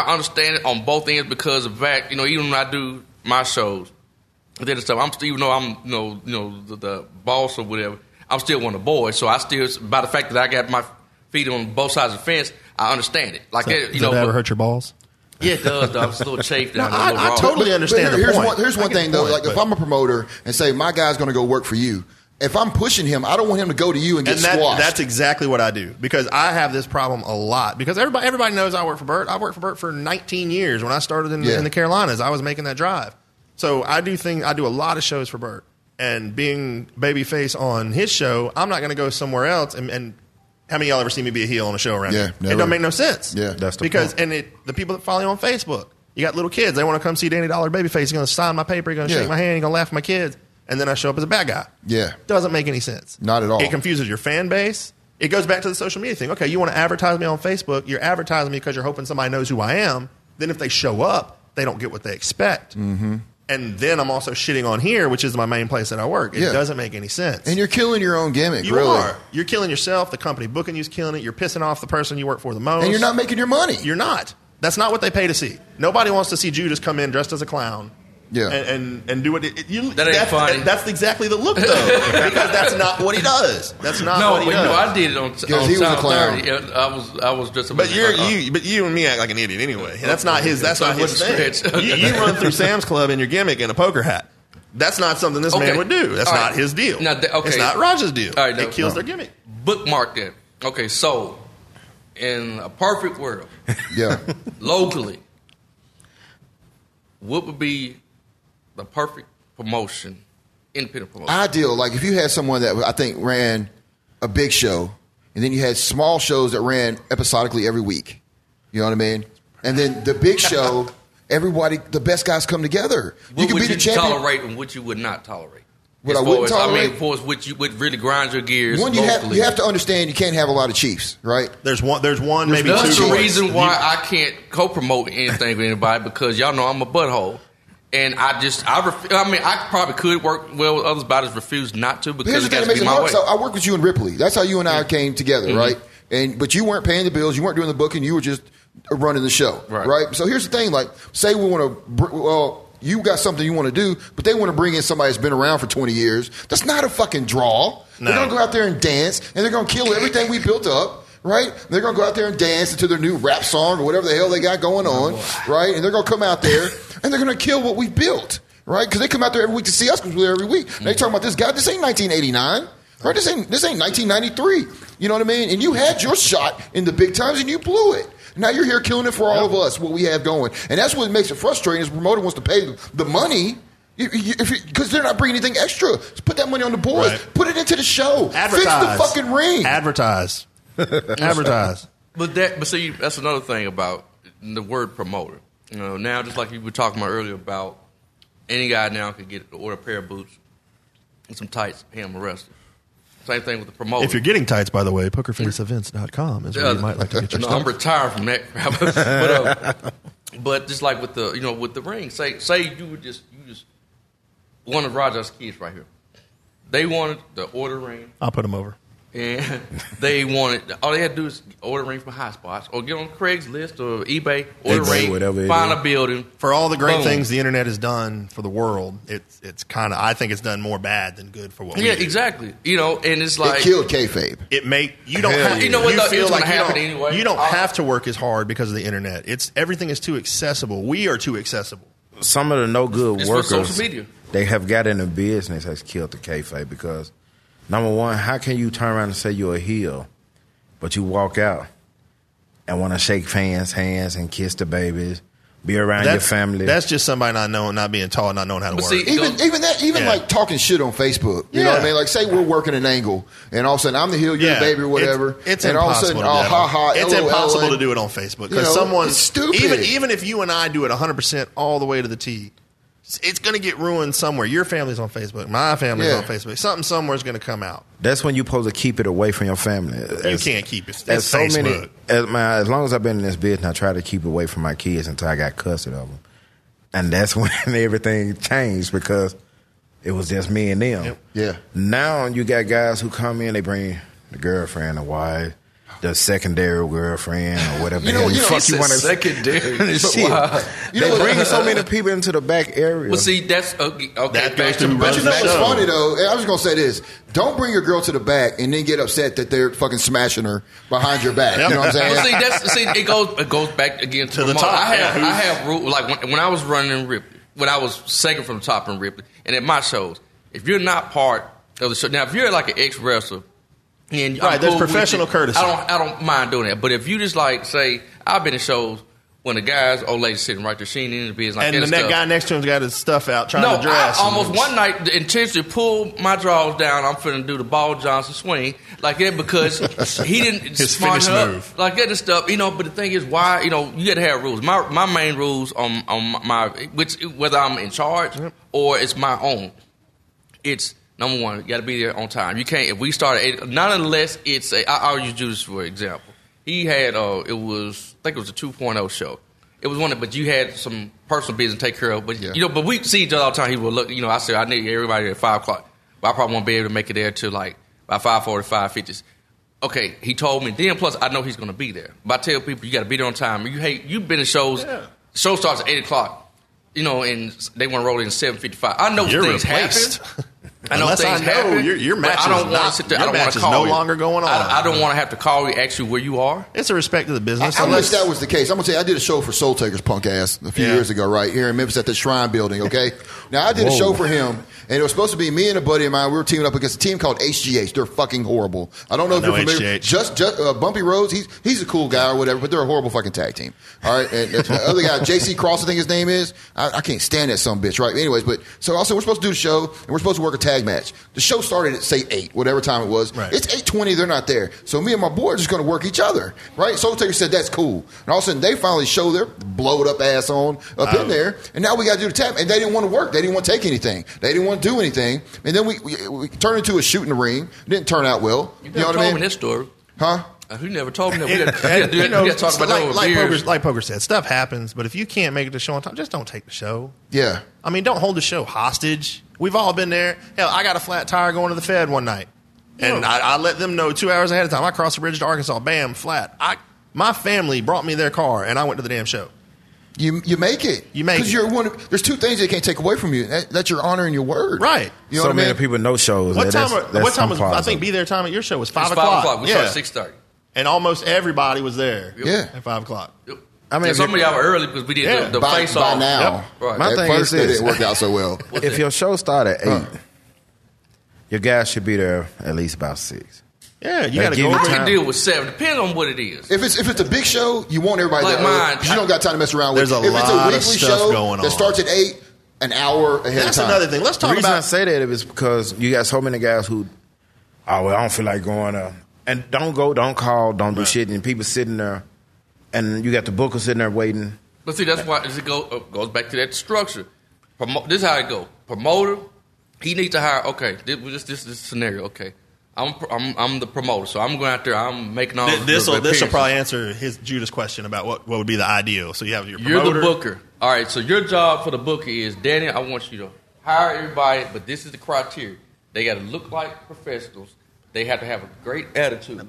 I- I understand it on both ends because of fact, you know, even when I do my shows, I did stuff. I'm still, even though I'm, you know, you know, the, the boss or whatever, I'm still one of the boys. So I still, by the fact that I got my feet on both sides of the fence, I understand it. Like, it- you know, but-
your balls?
yeah, it does. Though. I'm just a little chafed down
No,
there. a little
I- I
raw.
totally understand the
here's
point.
One, here's
I
one
get the
thing though.
point,
like if
but-
I'm a promoter and say my guy's going to go work for you, if I'm pushing him, I don't want him to go to you and get
And that,
squashed.
that's exactly what I do because I have this problem a lot because everybody everybody knows I work for Burt. I worked for Burt for 19 years when I started in,
Yeah.
in the Carolinas. I was making that drive, so I do things. I do a lot of shows for Burt, and being babyface on his show, I'm not going to go somewhere else. And, and how many of y'all ever see me be a heel on a show around?
Yeah,
here? it
never.
don't make no sense.
Yeah. That's
the
because
point.
and it the people that follow you on Facebook, you got little kids. They want to come see Danny Dollar Babyface. He's going to sign my paper. He's going to
Yeah.
shake my hand. He's going to laugh at my kids. And then I show up as a bad guy.
Yeah.
doesn't make any sense.
Not at all.
It confuses your fan base. It goes back to the social media thing. Okay, you want to advertise me on Facebook. You're advertising me because you're hoping somebody knows who I am. Then if they show up, they don't get what they expect. Mm-hmm. And then I'm also shitting on here, which is my main place that I work. It
Yeah.
doesn't make any sense.
and you're killing your own gimmick,
You
really.
are. You're killing yourself. The company booking you's killing it. You're pissing off the person you work for the most.
And you're not making your money.
You're not. That's not what they pay to see. Nobody wants to see Judas come in dressed as a clown.
Yeah.
And and, and do what it, it- you,
That ain't
that's,
funny.
That's exactly the look though, because that's not what he does. That's not
No,
what he
you know,
does.
I did it on, on
he was a
South
clown.
30. Yeah, I was, I was just. uh,
but you're you. But you and me act like an idiot anyway. That's not his. That's not his thing.
Stretch.
You, you run through Sam's Club in your gimmick and a poker hat. That's not something this
Okay.
man would do. That's
All
not
right.
his deal.
Now, th- okay.
It's not Roger's deal.
All right, no.
it kills
No.
their gimmick.
bookmark that. Okay, so in a perfect world,
yeah.
locally, what would be the perfect promotion, independent promotion?
Ideal. Like if you had someone that I think ran a big show, and then you had small shows that ran episodically every week. You know what I mean? And then the big show, everybody, the best guys come together.
What
you can
would
be
you
the champion.
tolerate and what you would not tolerate?
What
As
I
far
wouldn't
as- I
tolerate-
mean, for us, what you what really grinds your gears.
One, you have,
locally.
you have to understand you can't have a lot of chiefs, right?
There's one. There's one.
There's
Maybe
none
That's
two.
the
choice.
reason why I can't co-promote anything with anybody because y'all know I'm a butthole, and I just I ref- I mean I probably could work well with others, but I just refuse not to
But here's
because
the
it
thing
has
that
to
makes
be
it
my way. Mm-hmm.
hard. So I worked with you and Ripley. That's how you and I came together, right? And but you weren't paying the bills, you weren't doing the booking, you were just running the show,
Right.
So here's the thing: like, say we want to, br- well, you got something you want to do, but they want to bring in somebody that's been around for 20 years. That's not a fucking draw. They're
No.
gonna go out there and dance, and they're gonna kill everything we built up. Right? They're going to go out there and dance into their new rap song or whatever the hell they got going on. right? And they're going to come out there and they're going to kill what we built. Right? Because they come out there every week to see us because we're there every week. They talking about this guy. This ain't 1989. Right? This ain't this ain't 1993. You know what I mean? And you had your shot in the big times and you blew it. Now you're here killing it for all of us. What we have going, and that's what makes it frustrating. Is the promoter wants to pay the money. Because they're not bringing anything extra. Just put that money on the boys.
Right.
Put it into the show.
Advertise.
Fix the fucking ring.
Advertise. Advertise.
But that, but see, that's another thing about the word promoter. You know, now just like you were talking about earlier about any guy now could get order a pair of boots and some tights, him arrested. Same thing with the promoter.
If you're getting tights, by the way, pokerfaceevents.com is where you might like to get your
No,
stuff.
I'm retired from that crap. but, uh, but just like with the you know with the ring, say say you would just you just one of Roger's kids right here. They wanted the order ring,
I'll put them over.
and they wanted all they had to do is order ring from High Spots or get on Craigslist or eBay, order
Exactly,
ring,
whatever it
find
is.
a building.
For all the great
Boom.
things the internet has done for the world, it's it's kind of I think it's done more bad than good for what. we
Yeah,
do.
exactly. You know, and it's
It
like
killed kayfabe.
It make you don't
Hell
have,
yeah. You know what, though, it's gonna
you don't,
happen anyway.
you don't
I'll-
have to work as hard because of the internet. It's everything is too accessible. We are too accessible.
some of the no good
It's for
workers
social media.
they have got in the business has killed the kayfabe because number one, how can you turn around and say you're a heel, but you walk out and want to shake fans' hands and kiss the babies, be around your family?
That's just somebody not knowing, not being taught, not knowing how to
But
work.
see,
Even
Go-
even that even
Yeah.
like talking shit on Facebook. You know what I
Yeah.
mean? Like say we're working an angle and all of a sudden I'm the heel, you're
Yeah,
the baby or whatever.
It's, it's
and all of a
impossible.
sudden,
to
oh
do.
ha ha.
It's
LOL.
impossible to do it on Facebook
You know,
because someone's
it's stupid.
Even even if you and I do it 100 percent all the way to the T, it's- it's going to get ruined somewhere. Your family's on Facebook. My family's
Yeah.
on Facebook. Something somewhere's going to come out.
That's when you're supposed to keep it away from your family. As-
can't keep it.
as
It's Facebook.
as, my, as long as I've been in this business, I try to keep away from my kids until I got custody of them, and that's when everything changed because it was just me and them.
Yeah.
Now you got guys who come in, they bring the girlfriend, the wife, the secondary girlfriend, or whatever.
You know-
the hell
you know,
fuck
it's
you
a
want to
secondary.
Shit.
Wow.
You
they
know-
bring so many people into the back area.
Well, see, that's okay. okay
That
back
goes
to
to
the
run
But you know
the
what's
show.
funny though? And I was gonna say this: don't bring your girl to the back and then get upset that they're fucking smashing her behind your back. You know what I'm saying?
Well, see, that's see, it goes it goes back again to,
To the
remote.
top,
I have
yeah.
I have rule like when, when I was running in Ripley, when I was second from the top in Ripley, and at my shows, if you're not part of the show, now if you're like an ex wrestler, and
Right,
I'm
there's
cool with
professional
it,
courtesy.
I don't I don't mind doing that, but if you just like say I've been to shows when the guys, old ladies sitting right there, seeing in the biz, like
And
that
then that
stuff.
guy next to him's got his stuff out trying
No,
to dress.
I
and-
almost one night intentionally pulled my drawers down. I'm finna do the ball Johnson swing like that because he didn't
His
smart
finish
her
move.
up like that and stuff. You know, but the thing is, why you know you got to have rules. My my main rules on on my which whether I'm in charge or it's my own, it's number one. You got to be there on time. You can't if we start at eight, not unless it's a. I, I'll use Judas for example. He had uh, it was I think it was a 2.0 show. It was one that, but you had some personal business to take care of. But
Yeah.
you know, but we see each other all the time. He would look, you know. I said I need everybody at five o'clock, but I probably won't be able to make it there till like by five forty, five fifty. Okay, he told me. Then plus, I know he's going to be there. But I tell people you got to be there on time. You hate you've been to shows. Show starts at eight o'clock. You know, and they want to roll in seven fifty five. I know
You're
things
replaced.
happen. I know
Unless
things
I know
happen,
your- your
but
match
I
is
don't want
not-
to sit there. I
your
don't want
match
to
is
call
no
you.
longer going on.
I, I don't want to have to call you, ask you where you are.
It's a respect to the business.
I wish
Unless-
that was the case. I'm gonna tell you, I did a show for Soul Takers Punk Ass a few
Yeah.
years ago, right here in Memphis at the Shrine Building. Okay, now I did a
Whoa.
show for him, and it was supposed to be me and a buddy of mine. We were teaming up against a team called HGH. They're fucking horrible. I don't know if
I know
you're familiar.
HGH.
Just, just uh, Bumpy Rhodes, he's he's a cool guy or whatever, but they're a horrible fucking tag team. All right, and the other guy, JC Cross, I think his name is. I, I can't stand that some bitch. Right, anyways, but so also we're supposed to do the show, and we're supposed to work a tag tag match. The show started at say eight, whatever time it was.
Right.
It's eight twenty. They're not there, so me and my boy are just going to work each other, right? Soul Taker said that's cool, and all of a sudden they finally show their blowed up ass on up in there, and now we got to do the tap. And they didn't want to work. They didn't want to take anything. They didn't want to do anything. And then we, we, we turned into a shoot in the ring. It didn't turn out well. You,
You
know
never
what
told
I
me
mean?
this story.
Huh?
Uh, Who never told me that? We
And-
had- we had
and,
to do
you
that-
know,
we had to talk about that
like,
over
like,
beers.
poker, like poker said, stuff happens, but if you can't make it to show on time, just don't take the show.
Yeah.
I mean, don't hold the show hostage. We've all been there. Hell, I got a flat tire going to the Fed one night, and I, I let them know two hours ahead of time. I crossed the bridge to Arkansas, bam, flat. I my family brought me their car, and I went to the damn show.
You you make it.
You make
because
it.
you're one. Of, there's two things they can't take away from you. That, that's your honor and your word.
Right.
You know
so
what I
many
mean?
people know shows.
What
that
time?
that's- that's
what time was? I
unplausible.
think be there time at your show was
It
five
was
o'clock.
five o'clock. We
yeah.
started six thirty.
and almost everybody was there.
Yeah.
at five o'clock.
I
I
mean,
mean,
if
some
you-
of y'all were early because we did
Yeah.
the, the
by,
face
by
off.
now.
Right.
My
At
thing
first,
is
it
this.
didn't work out so well.
if your show start at eight,
Huh.
your guys should be there at least about six.
Yeah, you
They
got to
give
go.
you
over
We
there.
can deal with seven. Depending on what it is.
If it's if it's a big show, you want everybody
Like
to know
mine.
'cause you don't got time to mess around with.
There's a
if it's a
lot of
weekly
stuff
show
going on.
that starts at eight, an hour ahead
That's
of time.
another thing. Let's
The
talk
reason I
about
say that is because you got so many guys who, oh well, I don't feel like going to, and don't go, don't call, don't do shit, and people sitting there, and you got the booker sitting there waiting.
But see, that's why as it go, uh, goes back to that structure. Promo, this is how it go. Promoter, he needs to hire. Okay, this this, this, this scenario. Okay, I'm, pr- I'm I'm the promoter, so I'm going out there. I'm making all.
This will
the
this will
appearances.
probably answer his Judas question about what, what would be the ideal. So you have your
You're
promoter.
the booker. All right, so your job for the booker is Danny. I want you to hire everybody, but this is the criteria. They got to look like professionals. They have to have a great attitude.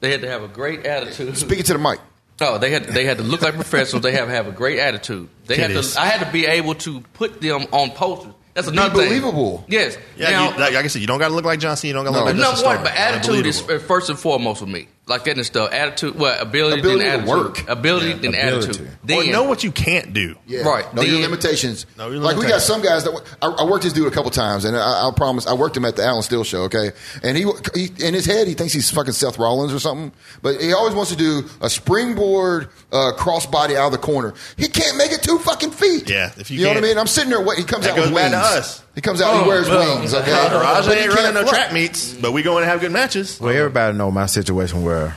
They had to have a great attitude.
Speaking to the mic.
No, they had they had to look like professionals. They have have a great attitude. They had
Titties.
to. I had to be able to put them on posters. That's another thing.
believable.
Yes.
Yeah,
now,
you, oh, like I said, you don't got to look like John Cena. You don't got to
No.
look like
number
Mr.
one,
Starr.
but attitude is
Unbelievable.
first and foremost with me. Like that and stuff. Attitude, well, ability,
Ability to
then attitude.
work.
Ability then
ability.
attitude.
Or
Then
know what you can't do.
Yeah.
Right.
Know your
Then-
limitations.
Know your
Like we got
limitations.
some guys that I, I worked this dude a couple times, and I, I'll promise I worked him at the Alan Steele show. Okay, and he, he in his head he thinks he's fucking Seth Rollins or something, but he always wants to do a springboard uh, crossbody out of the corner. He can't make it two fucking feet.
Yeah, if you
know what I
can't-
mean. I'm sitting there. What he comes
That
out with
goes
wings.
back to us.
He comes out. he wears
well,
wings. Okay.
Raja
But he
Oh, ain't running
can't
no
fly.
track meets, but we going to have good matches.
Well, everybody know my situation where,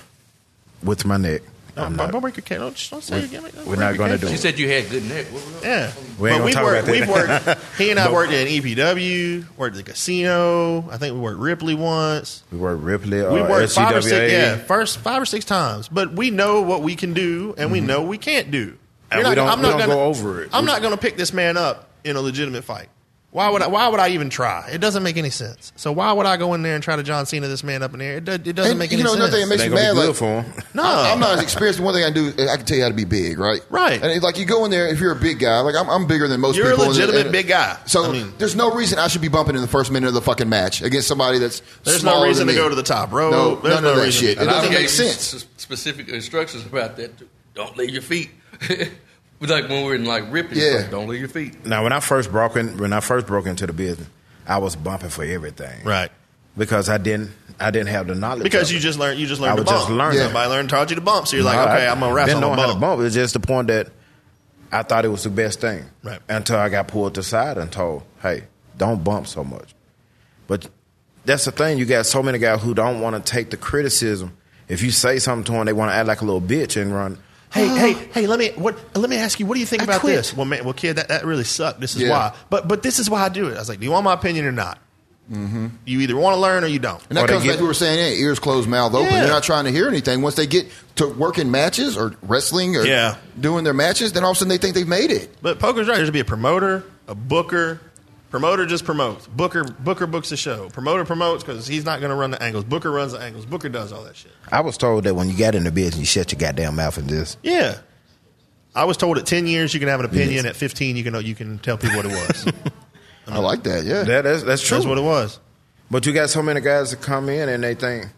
with my neck, I'm
Don't-
not.
Don't break your cage. Don't, just don't say your gimmick. Don't
we're
break
not
your
gonna
cage.
do
She
it.
said you had good neck. What was that?
Yeah.
We ain't
but
gonna
we've
talk
worked,
about
we've
that.
worked, he and I
Nope.
worked at EPW, worked at the casino. I think we worked Ripley once.
We worked Ripley or
We worked five or
SCWA.
six, yeah, first five or six times. But we know what we can do, and we know we can't do.
Mm-hmm. And
You're
we don't-
I'm
we don't
gonna,
go over it.
I'm
We-
not going to pick this man up in a legitimate fight. Why would I? Why would I even try? It doesn't make any sense. So why would I go in there and try to John Cena this man up in there? It, do, it doesn't
And
make
you
any
know, another thing
sense.
that makes
They
you
gonna
mad.
be good
like,
for 'em.
No.
I, am not as experienced. One thing I do, I can tell you how to be big, right?
Oh. Right.
And like you go in there, if you're a big guy, like I'm, I'm bigger than most
You're a
people. and-
legitimate
and-
big guy.
So
I mean-
there's no reason I should be bumping in the first minute of the fucking match against somebody that's
There's no
smaller
reason
than
to
me.
go to the top rope.
No,
There's
none
no
of that
reason.
shit. It
And I
doesn't
gave
make
you
sense.
s- specific instructions about that. too. Don't leave your feet. like when we were in like ripping.
Yeah.
Yeah. Don't leave your feet.
Now, when I first broke in, when I first broke into the business, I was bumping for everything,
Right.
Because I didn't, I didn't have the knowledge.
Because
of
you
it.
just learned. You just
I
learned to
would just
bump.
learn
Yeah. it.
Somebody learned taught you to bump. So you're like,
No,
okay,
I,
I'm gonna
didn't
wrestle
know
on
how
bump.
to bump. It's just the point that I thought it was the best thing,
Right.
Until I got pulled aside and told, "Hey, don't bump so much." But that's the thing. You got so many guys who don't want to take the criticism. If you say something to them, they want to act like a little bitch and run.
Hey, hey, hey! Let me what? Let me ask you. What do you think about this? Well, man, well, kid, that, that really sucked. This is
Yeah.
why. But but this is why I do it. I was like, do you want my opinion or not? You either want to learn or you don't.
Mm-hmm. And that
Or they
comes back
get-
to what we were saying, yeah, ears closed, mouth open.
Yeah.
They're not trying to hear anything. Once they get to working matches or wrestling or
Yeah.
doing their matches, then all of a sudden they think they've made it.
But poker's right. There should be a promoter, a booker. Promoter just promotes. Booker Booker books the show. Promoter promotes because he's not going to run the angles. Booker runs the angles. Booker does all that shit.
I was told that when you got in the business, you shut your goddamn mouth and just
Yeah. I was told at ten years you can have an opinion.
Yes.
At fifteen you can you can tell people what it was.
I
Uh-huh.
like that, yeah.
That- that's, that's true.
That's what it was.
But you got so many guys that come in and they think,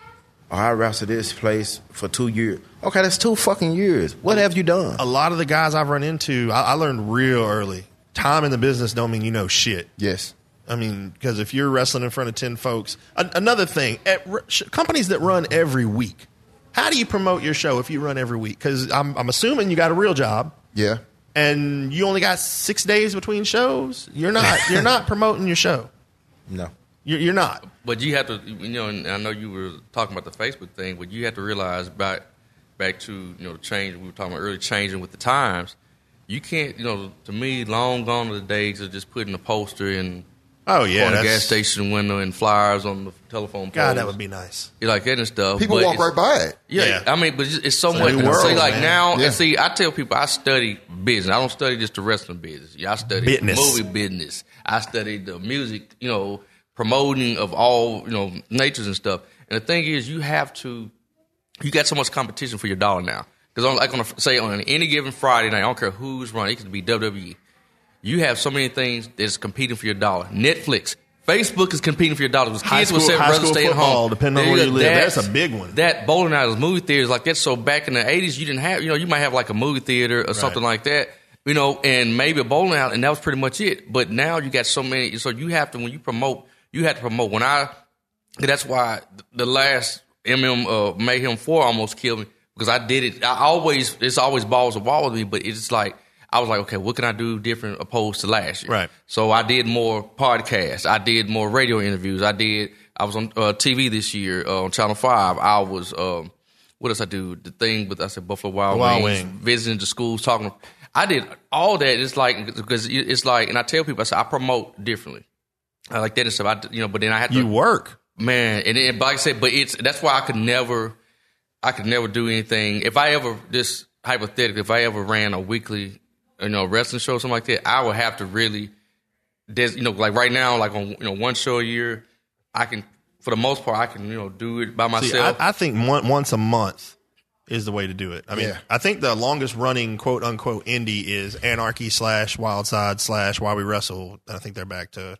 oh, I wrestled this place for two years. Okay, that's two fucking years. What have you done?
a lot of the guys I've run into, I, I learned real early. Time in the business don't mean you know shit.
yes.
I mean, because if you're wrestling in front of ten folks, a- another thing at r- sh- companies that run every week, how do you promote your show if you run every week? Because I'm, I'm assuming you got a real job
Yeah.
and you only got six days between shows. You're not you're not promoting your show.
No.
You're, you're not.
But you have to, you know, and I know you were talking about the Facebook thing, but you have to realize back back to you know the change we were talking about earlier, changing with the times. You can't, you know, to me, long gone are the days of just putting a poster in
Oh yeah,
on a
that's-
gas station window and flyers on the telephone.
God,
poles.
that would be nice.
You like that and stuff.
People
but
walk
it's-
right by it.
Yeah,
Yeah.
I mean, but it's, it's so
It's a
much.
new
See,
world,
like
man.
now,
Yeah.
and see, I tell people I study business. I don't study just the wrestling business. Yeah, I study
Business.
movie business. I study the music, you know, promoting of all you know natures and stuff. And the thing is, you have to. You got so much competition for your dollar now because on like on a, say on any given Friday night, I don't care who's running. It could be WWE. You have so many things that's competing for your dollar. Netflix. Facebook is competing for your dollars. Kids
High
would
school-
say,
high
"Brother,
school
stay at
football,
home."
depending on
There
where
go.
you live. That's a big one.
That bowling alleys, movie theaters, like that. So back in the eighties, you didn't have, you know, you might have like a movie theater or something like that, you know, and maybe a bowling alley, and that was pretty much it. But now you got so many, so you have to when you promote, you have to promote. When I, that's why the last MM uh, Mayhem Four almost killed me because I did it. I always it's always balls to wall with me, but it's like. I was like, okay, what can I do different opposed to last year?
Right.
So I did more podcasts. I did more radio interviews. I did. I was on uh, TV this year uh, on Channel Five. I was. Um, what else I do? The thing with I said Buffalo Wild,
Wild
Wings,
Wing.
visiting the schools, talking. I did all that. It's like because it's like, and I tell people I said I promote differently. I like that and stuff. I you know, but then I have to
You work.
man. And, and but like I said, but it's that's why I could never, I could never do anything. If I ever just hypothetically, if I ever ran a weekly, you know, wrestling show or something like that, I would have to really, des- you know, like right now, like on you know one show a year, I can for the most part I can you know do it by
See,
myself.
I, I think one, once a month is the way to do it. I mean,
Yeah.
I think the longest running quote unquote indie is Anarchy slash Wildside slash Why We Wrestle. And I think they're back to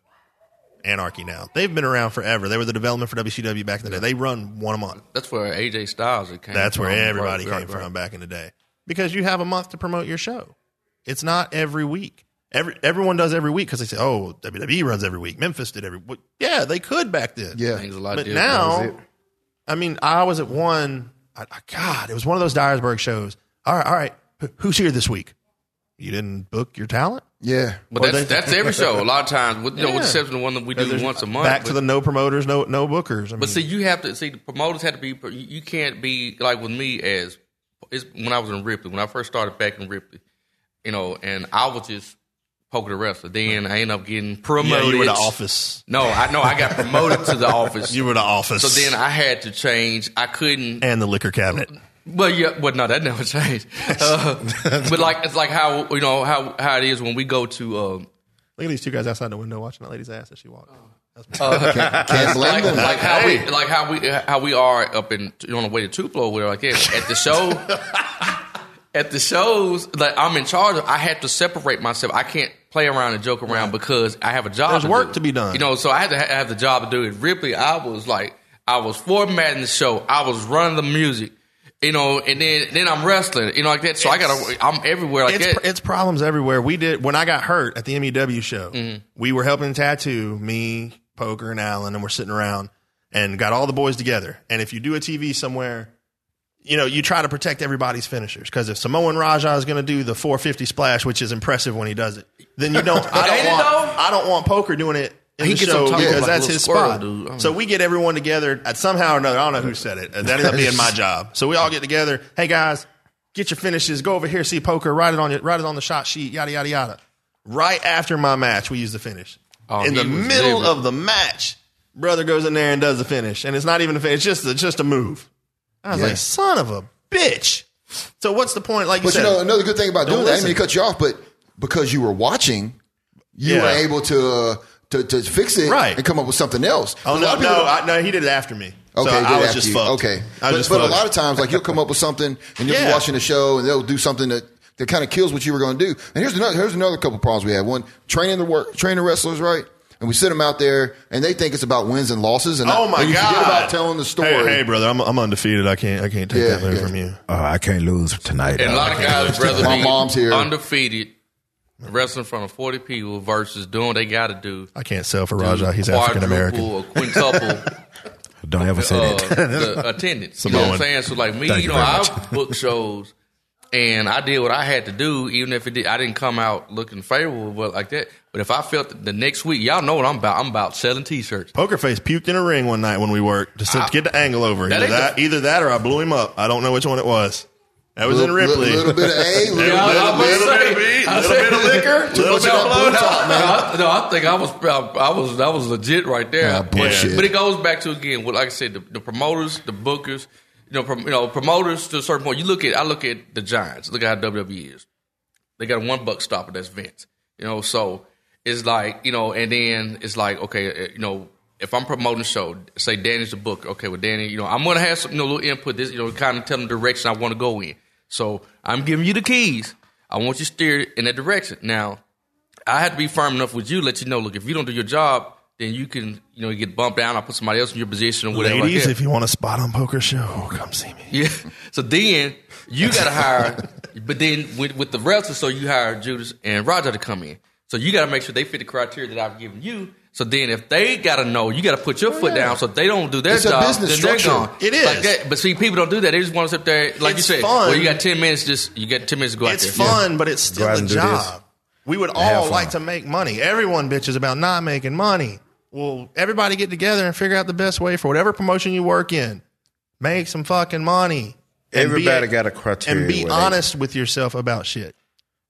Anarchy now. They've been around forever. They were the development for WCW back in the day. They run one a month.
that's where AJ Styles it came.
That's where
from.
everybody
Right,
came
right,
from
right.
back in the day because you have a month to promote your show. It's not every week. Every everyone does every week because they say, "Oh, WWE runs every week. Memphis did every week." Yeah, they could back then.
Yeah.
Things a lot
but
different.
now, I mean, I was at one. I, I, God, it was one of those Dyersburg shows. All right, all right. wh- Who's here this week? You didn't book your talent.
Yeah.
But that's, that's every show. A lot of times, with, you know, with the
Yeah.
exception of one that we do once a month.
Back to
but-
the no promoters, no no bookers. I mean,
But see, you have to see the promoters had to be. You can't be like with me as it's, when I was in Ripley. When I first started back in Ripley, you know, and I was just poker the wrestler. Then I ended up getting
yeah,
promoted.
you were the office.
No, I know I got promoted to the office.
You were the office.
so then I had to change. I couldn't.
and the liquor cabinet.
Well, yeah, but no, that never changed. Uh, but like it's like how you know how how it is when we go to. Um,
Look at these two guys outside the window watching that lady's ass as she walked.
Oh.
Can't blame
like,
them.
like how we like how we how we are up in on the way to Tupelo where like yeah, at the show at the shows like I'm in charge of I have to separate myself I can't play around and joke around because I have a job
There's
to
work
do.
to be done.
you know so I had to ha- have the job to do it Ripley I was like I was formatting the show I was running the music you know and then then I'm wrestling you know like that so I gotta I'm everywhere like
it's,
that
pr- it's problems everywhere. We did when I got hurt at the MEW show.
Mm-hmm.
We were helping tattoo me, Poker, and Allen, and we're sitting around and got all the boys together. And if you do a TV somewhere, you know you try to protect everybody's finishers because if Samoan Rajah is going to do the 450 splash, which is impressive when he does it, then you don't. I
Ain't it
don't want.
though?
I don't want Poker doing it. In
He
the
gets
show
on top of like
because
a
that's
little
his
squirrel,
spot.
dude. I
So
mean-
we get everyone together at somehow or another. I don't know who said it. That ended up being my job. So we all get together. Hey guys, get your finishes. Go over here, see poker. Write it on your, write it on the shot sheet. Yada yada yada. Right after my match, we use the finish.
Oh,
in
he
the
was
middle
livid.
of the match, brother goes in there and does the finish, and it's not even a finish. It's just it's just a move. I was
Yeah.
like, son of a bitch. So what's the point? Like you
But you
said,
know, another good thing about
Don't
doing that, I didn't
listen.
mean to cut you off, but because you were watching, you
Yeah.
were able to, uh, to to fix it
Right.
and come up with something else. A
oh
lot
no,
of people
no,
don't-
I, no, he did it after me.
Okay,
so
did
I was
after
just
you.
fucked.
Okay,
I was
but,
just
but a
fucked.
lot of times, like you'll come up with something, and you'll be
Yeah.
watching the show, and they'll do something that that kind of kills what you were going to do. And here's another here's another couple problems we have. One, training the work, training wrestlers, right? And we sit them out there, and they think it's about wins and losses, and
Oh
I-
my
and you
god!
forget about telling the story.
Hey, hey, brother, I'm, I'm undefeated. I can't I can't take
Yeah,
that letter
yeah.
from you.
Uh, I can't lose tonight.
and a
Uh,
lot of guys rather
My
be
mom's here.
undefeated wrestling in front of 40 people versus doing what they got to do
I can't sell for Rajah. He's African American.
quadruple or quintuple
Don't ever say
uh,
that.
the attendance. You know what
Samoan.
I'm saying? So like me,
Thank
you
you
know,
very
I
much.
book shows. and I did what I had to do, even if it did, I didn't come out looking favorable, but like that. But if I felt that the next week, y'all know what I'm about. I'm about selling t-shirts.
Poker face puked in a ring one night when we worked just to get the angle over.
Ah. That
Either
ain't
that,
the-
either that, or I blew him up. I don't know which one it was. That was in
Little-
Ripley.
little- little bit of A, little
Yeah,
bit
I
of
was
B.
saying-
bit of liquor,
Too
little
much
bit
of
of
that
blow
blue top,
No,
man.
I, no, I think I was, I, I was, that was legit right there.
Ah, bullshit.
But it goes back to again, what like I said, the, the promoters, the bookers, you know, prom, you know, promoters to a certain point. You look at, I look at the Giants. Look at how WWE is. They got a one buck stopper that's Vince. You know, so it's like you know, and then it's like okay, uh, you know, if I'm promoting a show, say Danny's the book. Okay, well, Danny, you know, I'm gonna have some you know, little input. This you know, kind of tell them the direction I want to go in. So I'm giving you the keys. I want you to steer in that direction. Now, I had to be firm enough with you, let you know, look, if you don't do your job, then you can, you know, get bumped down. I'll put somebody else in your position or whatever. like
Ladies,
that.
if you want a spot on poker show, come see me.
Yeah. So then you got to hire, but then with, with the wrestlers, so you hire Judas and Roger to come in. So you got to make sure they fit the criteria that I've given you. So then if they got to know, you got to
Oh,
put your foot down. So if they don't do their
It's a
job,
business
then they're
structure.
gone.
It is.
Like that. But see, people don't do that. They just want to sit there, like
It's
you said.
fun.
Well, you got ten minutes. Just you got ten minutes to go
it's
out there.
fun, but it's still
out
a
and do this.
job. We would
have
all
fun.
like to make money. Everyone bitches about not making money. Well, everybody get together and figure out the best way for whatever promotion you work in. Make some fucking money. And be
Everybody got a criteria
And be
where they-
honest with yourself about shit.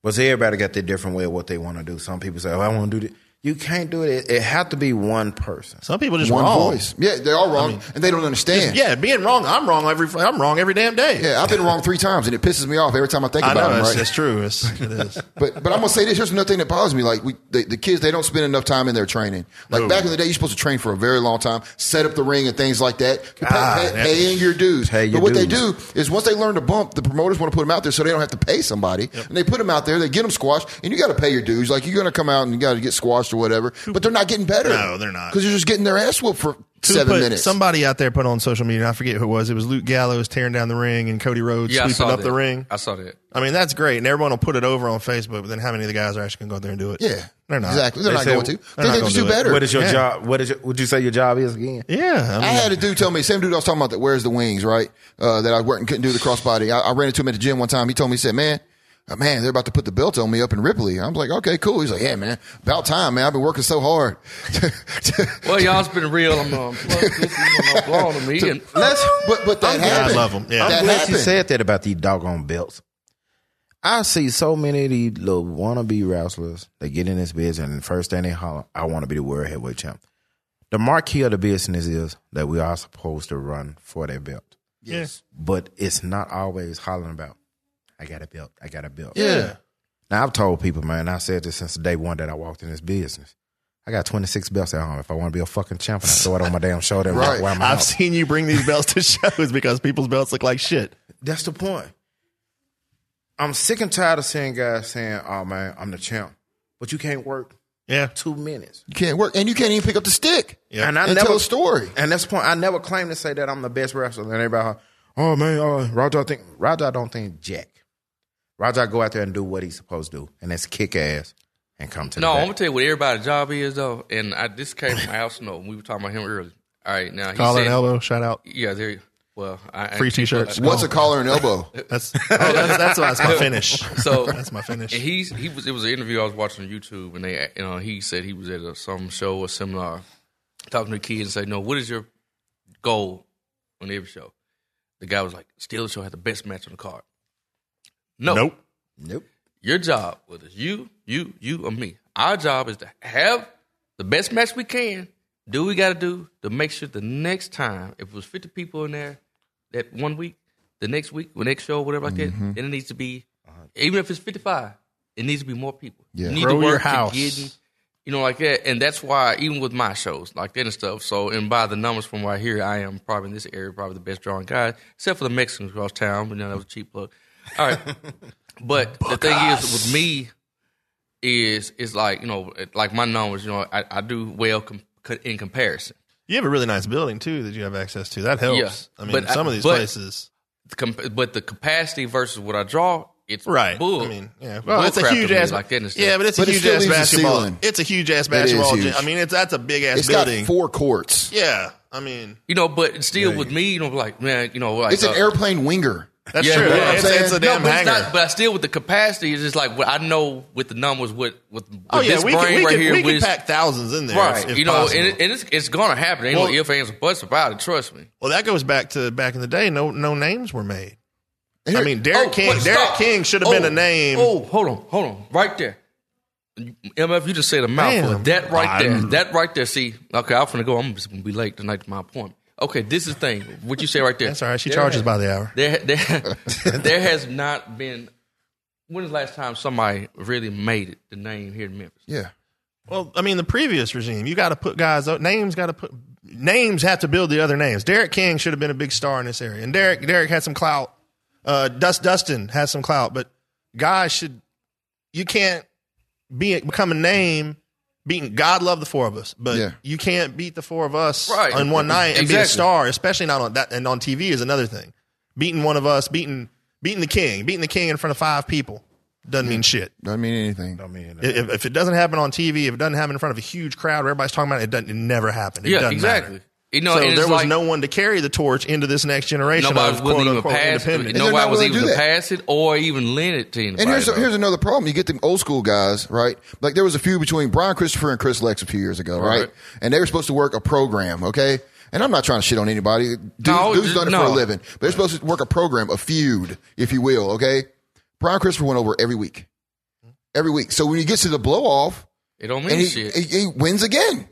But see, everybody got their different way of what they want to do. Some people say, "Oh, I want to do this." You can't do it. It, it have to be one person.
Some people just
One
wrong.
voice. Yeah, they are wrong, and they don't understand.
Yeah, being wrong. I'm wrong every. I'm wrong every damn day.
Yeah, I've been wrong three times, and it pisses me off every time I think
I know.
about it.
it's,
Right?
it's true. It's, it is.
But but I'm gonna say this. Here's another thing that bothers me. Like we, the, the kids, they don't spend enough time in their training. Like back in the day, you're supposed to train for a very long time, set up the ring and things like that, pay, pay-
Ah, that-
paying your dues.
Pay your
but what
dues.
they do is once they learn to bump, the promoters want to put them out there so they don't have to pay somebody, and they put them out there. They get them squashed, and you got to pay your dues. Like you're gonna come out and you got to get squashed or whatever. But they're not getting better.
No, they're not.
Because you're just getting their ass whooped for
Who
seven
put-
minutes.
Somebody out there put on social media. and I forget who it was. It was Luke Gallows tearing down the ring and Cody Rhodes
Yeah, I saw
sweeping up
that.
the ring.
I saw that.
I mean, that's great, and everyone will put it over on Facebook. But then, how many of the guys are actually going to go out there and do it?
yeah,
they're not
exactly. They're
They
not
say-
going to.
they're
They
not
think
gonna
just do
do it.
better.
What is your
Yeah.
job? What is your, would you say your job is again?
Yeah, I mean,
I had a dude tell me, same dude I was talking about that wears the wings, right? Uh, that I worked and couldn't do the crossbody. I, I ran into him at the gym one time. He told me, he said, man, uh, man, they're about to put the belt on me up in Ripley. I'm like, okay, cool. He's like, yeah, man, about time, man. I've been working so hard.
Well, y'all's been real. I'm um, this is gonna blow on me. And,
Let's, but, but that
glad I
happened.
love 'em. Yeah.
That
I'm glad you
happened.
said that about these doggone belts. I see so many of these little wannabe wrestlers. They get in this business, and the first thing they holler, "I want to be the world heavyweight champ." The marquee of the business is that we are supposed to run for that belt,
yes,
but it's not always hollering about, "I got a belt, I got a belt."
yeah.
Now I've told people, man, I said this since the day one that I walked in this business. I got 26 belts at home. If I want to be a fucking champion, I throw it on my damn shoulder and
Right.
right. wear my
I've
house.
seen you bring these belts to shows because people's belts look like shit.
That's the point. I'm sick and tired of seeing guys saying, "Oh man, I'm the champ," but you can't work
Yeah,
two minutes.
You can't work and you can't even pick up the stick.
Yeah.
And I
And
never
tell a story.
And that's the point. I never claim to say that I'm the best wrestler. And everybody, oh man, oh, Roger, I think Roger, I don't think Jack. Roger, go out there and do what he's supposed to do, and that's kick ass and come to
No,
the
I'm
back.
gonna tell you what everybody's job is though, and I this came from Al Snow. We were talking about him earlier. All right, now he
collar
said,
and elbow. Shout out.
Yeah, there. you- Well, I, I-
Free t-shirts.
What's a collar and elbow?
That's oh, that's that's, why it's my finish.
So
That's my finish.
And he's he was it was an interview I was watching on YouTube, and they you know he said he was at a, some show or seminar talking to the kids and say, "No, what is your goal on every show?" The guy was like, "Steelers show had the best match on the card." No,
nope.
nope.
Your job, whether it's you, you, you, or me, our job is to have the best match we can. Do what we got to do to make sure the next time, if it was 50 people in there that one week, the next week, the next show, whatever like that, then it needs to be, even if it's 55, it needs to be more people.
Yeah.
You need
Grow
to work
your
to
house.
getting- you know, like that. And that's why, even with my shows, like that and stuff. So, and by the numbers from right here, I am probably in this area, probably the best drawing guy, except for the Mexicans across town, but now that was a cheap plug. All right. But the thing is, with me, is is like you know, like my numbers. You know, I, I do well com- co- in comparison.
You have a really nice building too that you have access to. That helps.
Yeah.
I mean,
But I-
some of these
but-
places.
The comp- but the capacity versus what I draw, it's
Right.
Bull.
I mean, yeah. Well,
bull
it's a
crap to
huge
me,
ass.
like that and stuff.
yeah, but it's
But it
a huge
still
ass
leaves a
basketball.
ceiling.
It's a huge ass basketball.
huge.
gym. I mean, it's that's a big ass
It's
building.
got four courts.
yeah. I mean,
you know, but still with me, you know, like man, you know, like
It's an
uh,
airplane winger.
That's
Yeah,
true.
yeah,
it's,
I'm
it's a
saying.
damn
but, it's
hanger.
not, but I still with the capacity is just like what I know with the numbers with with, with
oh yeah,
this
we
brain
can, we
right
can,
here.
we can
with-
pack thousands in there.
right,
if- if
you know,
possible.
and, it, and it's it's gonna happen. Ain't
Well-
no ifs, ands, or buts about it. Trust me.
Well, that goes back to back in the day. No, no names were made. I mean,
Oh,
Derek King.
wait,
Derek
stop.
King should have been
Oh,
a name.
Oh, hold on, hold on, right there. MF, you just said a mouthful.
Damn.
That right there,
I'm-
that right there. See, okay, I'm finna go. I'm just gonna be late tonight to my appointment. Okay, this is the thing. What you say right there?
That's all right. She charges by the hour.
There, there, there has not been. When's the last time somebody really made it the name here in Memphis?
Yeah.
Well, I mean, the previous regime, you got to put guys. Names got to put names have to build the other names. Derek King should have been a big star in this area, and Derek Derek had some clout. Uh, Dust Dustin has some clout, but guys should you can't be become a name. Beating God love the four of us, but
Yeah.
you can't beat the four of us
Right.
on one night and be a
Exactly.
star, especially not on that and on TV is another thing. Beating one of us, beating beating the king, beating the king in front of five people doesn't mean shit.
Doesn't mean anything.
I mean,
If- If, if it doesn't happen on TV, if it doesn't happen in front of a huge crowd, where everybody's talking about it, it doesn't. It never happened. It
yeah,
doesn't
exactly.
matter.
You know,
so
and it's
there was
like
no one to carry the torch into this next generation
nobody was
of
willing
quote
to even
unquote
pass it.
independent.
no-
Nobody
not
was
willing to
able
do
to
that.
pass it or even lend it to anybody.
And here's
though.
here's another problem. You get them old school guys, right? Like there was a feud between Brian Christopher and Chris Lex a few years ago, right?
Right.
And they were supposed to work a program, okay? And I'm not trying to shit on anybody. Dudes,
No,
dudes
just-
done it for a
no.
living, but they're supposed to work a program, a feud, if you will, okay? Brian Christopher went over every week, every week. So when he gets to the blow off,
it don't mean
and he,
shit.
he, he wins again.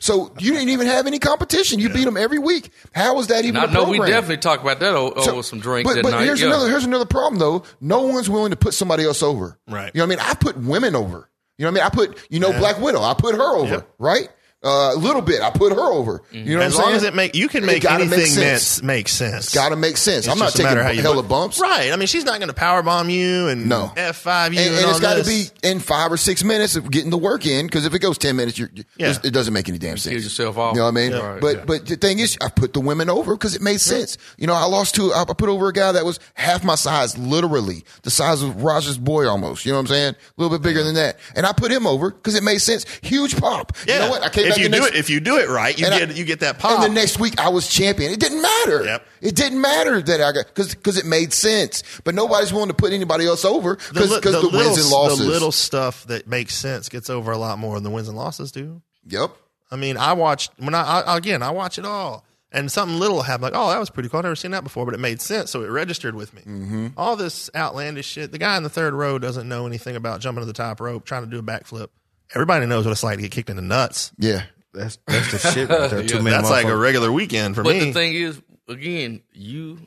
So you didn't even have any competition. You beat him every week. How was that even?
and I
a
know we
program?
definitely talked about that o- over
Oh,
So-
some drinks
But,
that
but
night.
here's
yeah.
another here's another problem though. No one's willing to put somebody else over.
Right.
You know what I mean? I put women over. You know what I mean? I put you know Black Widow. I put her over. Right. Uh, a little bit. I put her over. You know
Mm-hmm. As
what I'm
long
saying?
as it make you can make
gotta make
anything
sense.
that makes sense.
Got to make sense.
It's
I'm not
just a
taking
matter how you
hella
put-
bumps.
Right. I mean, she's not going to power bomb you and
No.
f five you
And,
and,
and it's
got to
be in five or six minutes of getting the work in because if it goes ten minutes, you're,
Yeah.
it doesn't make any damn sense.
kill yourself off.
You know what I mean?
Yeah. Right.
But
Yeah.
but the thing is, I put the women over because it made sense. You know, I lost to I I put over a guy that was half my size, literally the size of Roger's boy almost. You know what I'm saying? A little bit bigger than that, and I put him over because it made sense. Huge pop.
Yeah.
You know what? I came
if
back
you
the
do
next-
it, if you do it right, you
and I-
get you get that pop.
and the next week I was champion. It didn't matter.
Yep.
It didn't matter that I got because because it made sense. But nobody's willing to put anybody else over because
li-
the, wins and losses.
the little stuff that makes sense gets over a lot more than the wins and losses do.
yep.
I mean, I watched when I, I again I watch it all, and something little happened like, oh, that was pretty cool. I've never seen that before, but it made sense, so it registered with me. All this outlandish shit. The guy in the third row doesn't know anything about jumping to the top rope, trying to do a backflip. Everybody knows what it's like to get kicked in the nuts.
Yeah.
that's that's the shit. Right there. Too many.
That's like a
motherfuckers.
regular weekend for
But
me.
the thing is, again, you,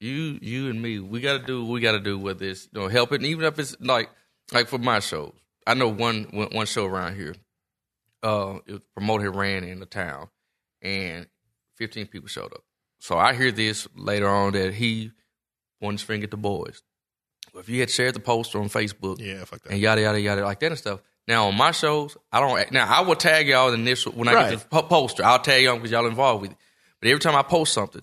you, you, and me, we got to do what we got to do with this. You know, help it. And even if it's like, like for my shows, I know one one one show around here. Uh, it was promoted here ran in the town, and fifteen people showed up. So I hear this later on that he pointed his finger at the boys. Well, if you had shared the post on Facebook,
yeah, fuck that.
and yada yada yada like that and stuff. Now on my shows, I don't. act- Now I will tag y'all in this when I
Right.
get the po- poster. I'll tag y'all because y'all involved with it. But every time I post something,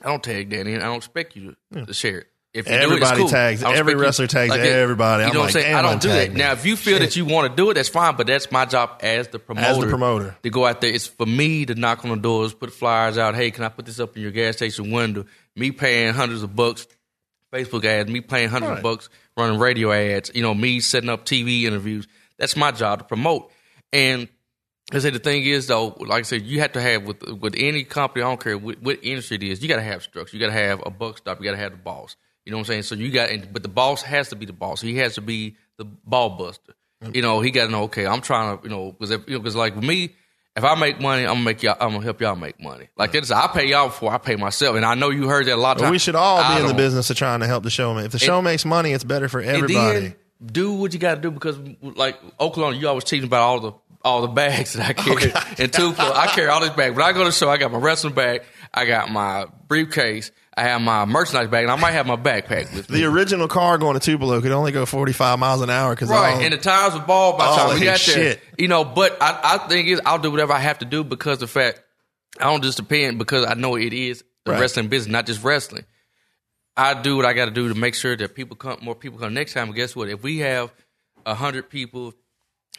I don't tag Danny, and I don't expect you to, to share it. If you do it, it's
Everybody
cool.
tags-
I don't
every
expect you-
wrestler tags
it-
everybody.
You
I'm
know
like,
what I'm saying? I
"Damn,
don't
I'm
do that.
tagged.
Now, if you feel that you want to do it, that's fine. But that's my job as the promoter.
promoter.
to go out there, it's for me to knock on the doors, put flyers out. Hey, can I put this up in your gas station window? Me paying hundreds of bucks Facebook ads, me paying hundreds of bucks running radio ads, you know, me setting up TV interviews. That's my job to promote. And I said the thing is though, like I said, you have to have with with any company, I don't care what, what industry it is, you got to have structure. You got to have a buck stop. You got to have the boss. You know what I'm saying? So you got, and, but the boss has to be the boss. He has to be the ball buster. You know, he got to know. Okay, I'm trying to, you know, because you know, 'cause like with me, if I make money, I'm gonna make y'all. I'm gonna help y'all make money. Like that's I pay y'all before I pay myself, and I know you heard that a lot. Of
But
times.
we should all
I
be in the
don't-
business of trying to help the show. If the show makes money, it's better for
and
everybody.
then do what you got to do because, like Oklahoma, you always teaching about all the all the bags that I carry. And two, for- I carry all this bag. When I go to the show, I got my wrestling bag, I got my briefcase, I have my merchandise bag, and I might have my backpack with me.
the original car going to Tupelo could only go 45 miles an hour because
Right, and the times were ball by the
uh, all
time
of
we got
his
there.
shit.
You know, but I, I think is I'll do whatever I have to do because the fact I don't just depend because I know it is the
Right.
wrestling business, not just wrestling. I do what I got to do to make sure that people come, more people come next time. And guess what? If we have hundred people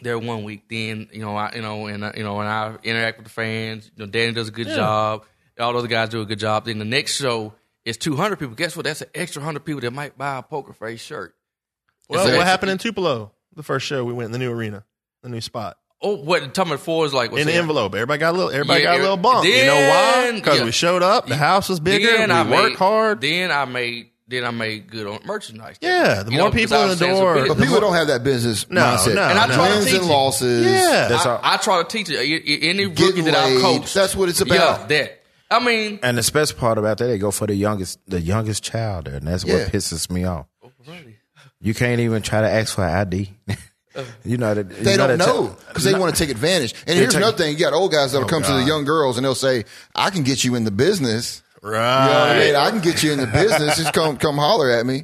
there one week, then you know, I, you know, and I, you know, and I interact with the fans. You know, Danny does a good job. All those guys do a good job. Then the next show it's 200 people. Guess what? That's an extra 100 people that might buy a Poker Face shirt.
Well,
Exactly.
what happened in Tupelo? The first show we went in the new arena, the new spot.
Oh, what? Talking about four is like what's
in the
that?
envelope, everybody got a little. Everybody
Yeah,
got a little
every-
bump. you know why?
then-
Because
yeah.
we showed up. The house was bigger.
Then
we
I
worked
made-
hard.
Then I made. Then I made good on merchandise.
Yeah, the
You
more
know, 'cause
people
I
in
was
the
saying some
door-
people-
But people don't have that business
No,
mindset.
no, And
I no. try to
Wins
teach
and
you.
losses.
Yeah.
That's all.
I try to teach it. Any
Get
rookie that I
laid.
coach,
That's what it's about.
Yeah, that. I mean,
and the special part about that, they go for the youngest, the youngest child there, and that's
Yeah.
what pisses me off. You can't even try to ask for an ID. you know that
Uh, They
you
don't
that-
know because they want to take advantage. And here's
take-
another thing: you got old guys
Oh,
that'll come to the young girls and they'll say, "I can get you in the business. You know what I
Right.
mean? I can get you in the business. Just come, come holler at me.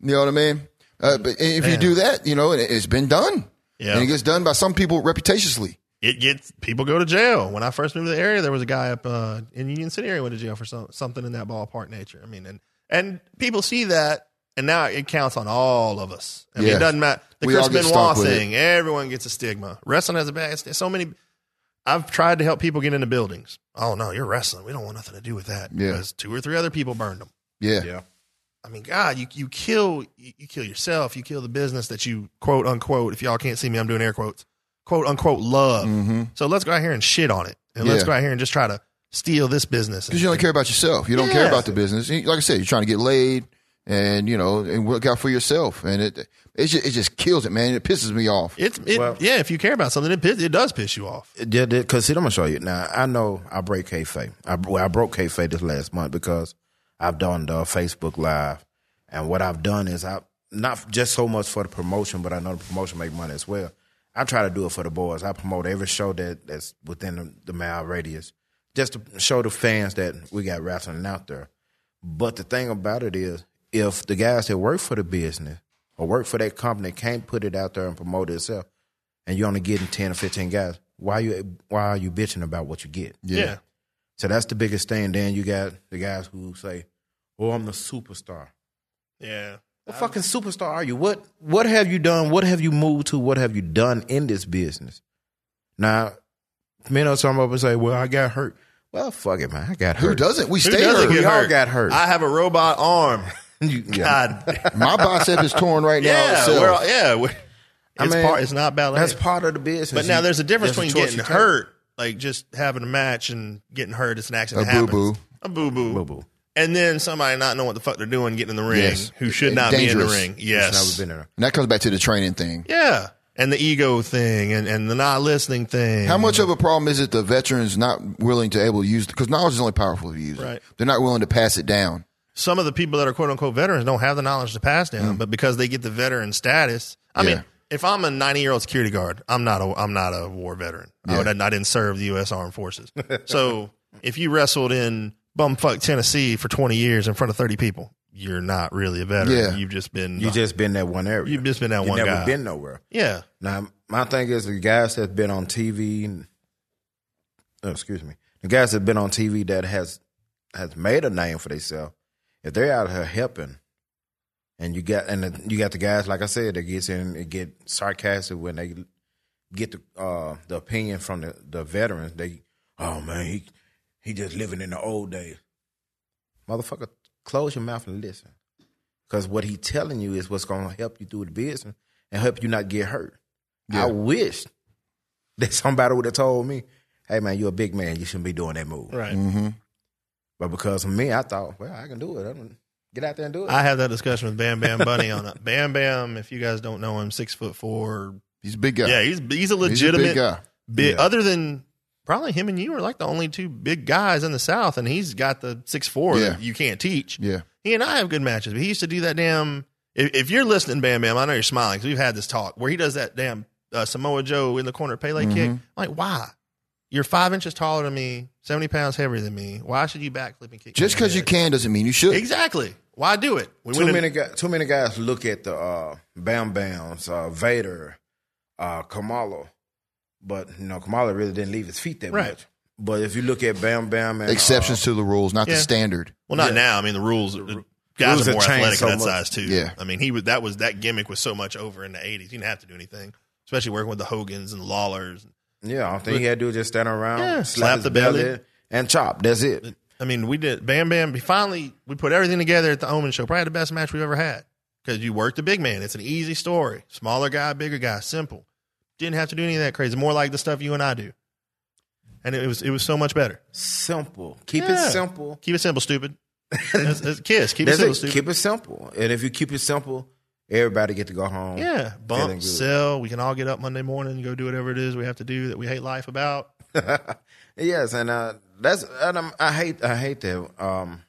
You know what I mean? Uh, but if you
Man.
do that, you know, it, it's been done,
Yeah.
and it gets done by some people reputatiously.
It gets people go to jail. When I first moved to the area, there was a guy up uh, in Union City area went to jail for some, something in that ballpark nature. I mean, and and people see that, and now it counts on all of us. I mean,
Yeah.
it doesn't matter. The
We all
Chris
get
Benoit
stuck with it.
thing, everyone gets a stigma. Wrestling has a bad stigma. So many. I've tried to help people get into buildings. Oh no, you're wrestling. We don't want nothing to do with that.
Yeah.
because two or three other people burned them.
Yeah,
I mean, God, you you kill you, you kill yourself. You kill the business that you quote unquote. If y'all can't see me, I'm doing air quotes. Quote unquote love.
Mm-hmm.
So let's go out here and shit on it, and let's
Yeah.
go out here and just try to steal this business.
because you only care about yourself. You don't care
Yeah.
about the business. You- Like I said, you're trying to get laid, and you know, and work out for yourself. And it, it just, it just kills it, man. It pisses me off.
It's it,
Well-
yeah. If you care about something, it piss, it does piss you off.
Yeah, because see, I'm gonna show you now. I know I break kayfabe. I well, I broke kayfabe this last month because I've done the Facebook Live, and what I've done is I not just so much for the promotion, but I know the promotion make money as well. I try to do it for the boys. I promote every show that that's within the, the mile radius, just to show the fans that we got wrestling out there. But the thing about it is, if the guys that work for the business or work for that company can't put it out there and promote it itself, and you're only getting ten or fifteen guys, why you why are you bitching about what you get?
Yeah.
So that's the biggest thing. Then you got the guys who say, "Oh, I'm the superstar."
Yeah.
What fucking superstar are you? What what have you done? What have you moved to? What have you done in this business? Now, men are some of us say, "Well, I got hurt." Well, fuck it, man, I got
Who
hurt.
doesn't? We stay
doesn't
hurt.
We
get
all
hurt?
got hurt.
I have a robot arm.
You- yeah.
God.
My bicep is torn right now.
yeah.
itself.
We're all, yeah. We're,
I
it's
mean,
part. It's not ballet.
That's part of the business.
But now
You-
there's a difference
there's
between
choice
getting
you take.
hurt, like just having a match and getting hurt. It's an accident.
A
that happens.
boo-boo.
A boo boo.
Boo-boo.
And then somebody not knowing what the fuck they're doing getting in the ring,
Yes.
who should not be in
Dangerous.
the ring.
It's
Yes.
never been there.
and that comes back to the training thing.
yeah. And the ego thing and, and the not listening thing.
How much of a problem is it the veterans not willing to able to use because knowledge is only powerful if you use it.
Right.
They're not willing to pass it down.
Some of the people that are quote unquote veterans don't have the knowledge to pass down, but because they get the veteran status, I
Yeah.
mean, if I'm a 90 year old security guard, I'm not a I'm not a war veteran. I, would, I didn't serve the U.S. Armed Forces. so if you wrestled in bumfuck Tennessee for 20 years in front of 30 people, you're not really a veteran.
Yeah.
You've just been
You just been that one area.
You've just been that
You
one
never
guy.
been nowhere.
yeah.
Now my thing is the guys that's been on TV. oh, excuse me. The guys that's been on TV that has has made a name for themselves. If they're out here helping, and you got and the, you got the guys like I said that gets in and get sarcastic when they get the uh, the opinion from the, the veterans. They oh man he he just living in the old days. Motherfucker, close your mouth and listen. Because what he telling you is what's going to help you through the business and help you not get hurt. I wish that somebody would have told me, hey, man, you're a big man. You shouldn't be doing that move.
Right.
But because of me, I thought, well, I can do it. I don't, get out there and do it.
I had that discussion with Bam Bam Bunny on it. Bam Bam, if you guys don't know him, six foot four.
He's a big guy.
Yeah, he's he's a
He's a
legitimate
big guy.
big, other than probably him and you are like the only two big guys in the South, and he's got the six four
Yeah.
that you can't teach.
Yeah.
He and I have good matches, but he used to do that damn. If, if you're listening, Bam Bam, I know you're smiling because we've had this talk where he does that damn uh, Samoa Joe in the corner Pele
Mm-hmm.
kick. I'm like, why? You're five inches taller than me, seventy pounds heavier than me. Why should you backflip and kick?
Just
me in
because
the
you
head?
can doesn't mean you should.
Exactly. Why do it? We
too,
went in-
many guys, too many guys look at the uh, Bam Bams, uh, Vader, uh, Kamala. But, you know, Kamala really didn't leave his feet that
Right.
much. But if you look at Bam Bam and. uh,
Exceptions to the rules, not the
yeah.
standard.
Well, not now. I mean, the rules. The
rules
guys are
have
more
changed
athletic
so
at that
much.
size too.
Yeah.
I mean, he was that was that gimmick was so much over in the '80s. You didn't have to do anything, especially working with the Hogans and the Lawlers.
Yeah, all thing he had to do was just stand around,
Yeah,
slap, the belly, and chop. That's it.
I mean, we did Bam Bam. We finally we put everything together at the Omen show. Probably the best match we've ever had because you worked the big man. It's an easy story. Smaller guy, bigger guy, simple. Didn't have to do any of that crazy. More like the stuff you and I do. And it was it was so much better.
Simple. Keep
Yeah.
it simple.
Keep it simple, stupid. That's- that's- kiss. Keep it
That's
simple,
it.
stupid.
Keep it simple. And if you keep it simple, everybody get to go home.
yeah,
feeling
bump,
good.
sell. We can all get up Monday morning and go do whatever it is we have to do that we hate life about.
Yes, and uh, that's and I'm, I hate I hate that. Um,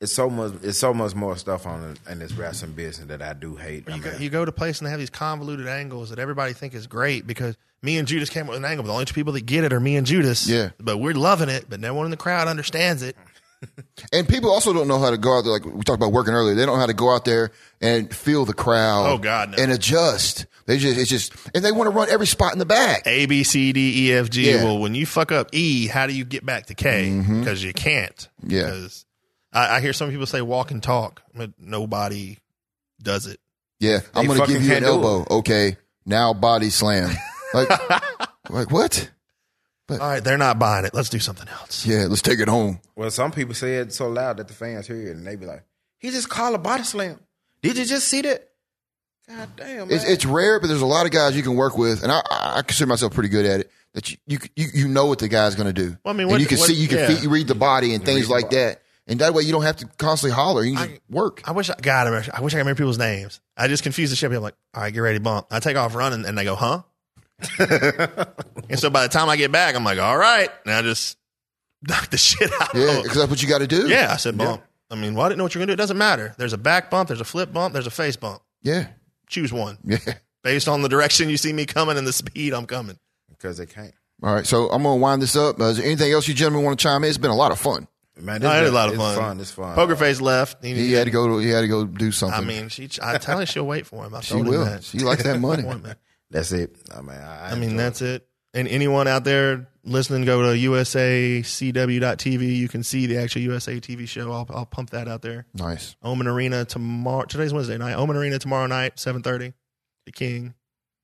it's so much. It's so much more stuff on in this wrestling business that I do hate. I
You go,
mean,
you go to place and they have these convoluted angles that everybody think is great because me and Judas came up with an angle, but the only two people that get it are me and Judas.
Yeah.
But we're loving it, but no one in the crowd understands it.
And people also don't know how to go out there. Like we talked about working earlier, they don't know how to go out there and feel the crowd.
Oh, God, no.
And adjust. They just it's just and they want to run every spot in the back.
A B C D E F G.
Yeah.
Well, when you fuck up E, how do you get back to K?
Mm-hmm.
Because you can't.
Yeah.
'Cause I, I hear some people say walk and talk, but nobody does it.
Yeah, I'm going to
fucking
give you an
can't do
elbow. Okay, now body slam. Like, like what?
All right, they're not buying it. Let's do something else.
Yeah, let's take it home.
well, some people say it so loud that the fans hear it, and they be like, "He just called a body slam. Did you just see that? God damn,
It's,
man.
it's rare, but there's a lot of guys you can work with, and I, I consider myself pretty good at it. That you you you, you know what the guy's going to do.
Well, I mean,
And
what-
you can
what-
see, you can
yeah.
fe- you read the body and things like that, and that way you don't have to constantly holler. You can just work.
I wish I God, I wish I wish I could remember people's names. I just confuse the shit. I'm like, all right, get ready, bump. I take off running, and they go, huh? and so by the time I get back, I'm like, all right, and I just knock the shit out. of
yeah,
them.
because that's what you got to do.
yeah. I said bump. I mean, well, I didn't know what you're gonna do. It doesn't matter. There's a back bump. There's a flip bump. There's a face bump.
yeah,
Choose one
yeah.
based on the direction you see me coming and the speed I'm coming.
because they can't.
All right, so I'm going to wind this up. Uh, is there anything else you gentlemen want to chime in? It's been a lot of fun.
Man,
No,
this
Oh, it
been-
is a lot of
it's
fun.
It's fun.
Poker face left. He-
He had to go. To, he had to go do something.
I mean, she. I tell her she'll wait for him. I
she
told him
will.
that.
She likes that money.
Appointment.
That's it. I mean, I,
I mean, that's it. And anyone out there listening, go to usacw.tv. You can see the actual USA TV show. I'll, I'll pump that out there.
nice.
Omen Arena tomorrow. Today's Wednesday night. Omen Arena tomorrow night, seven thirty. The King.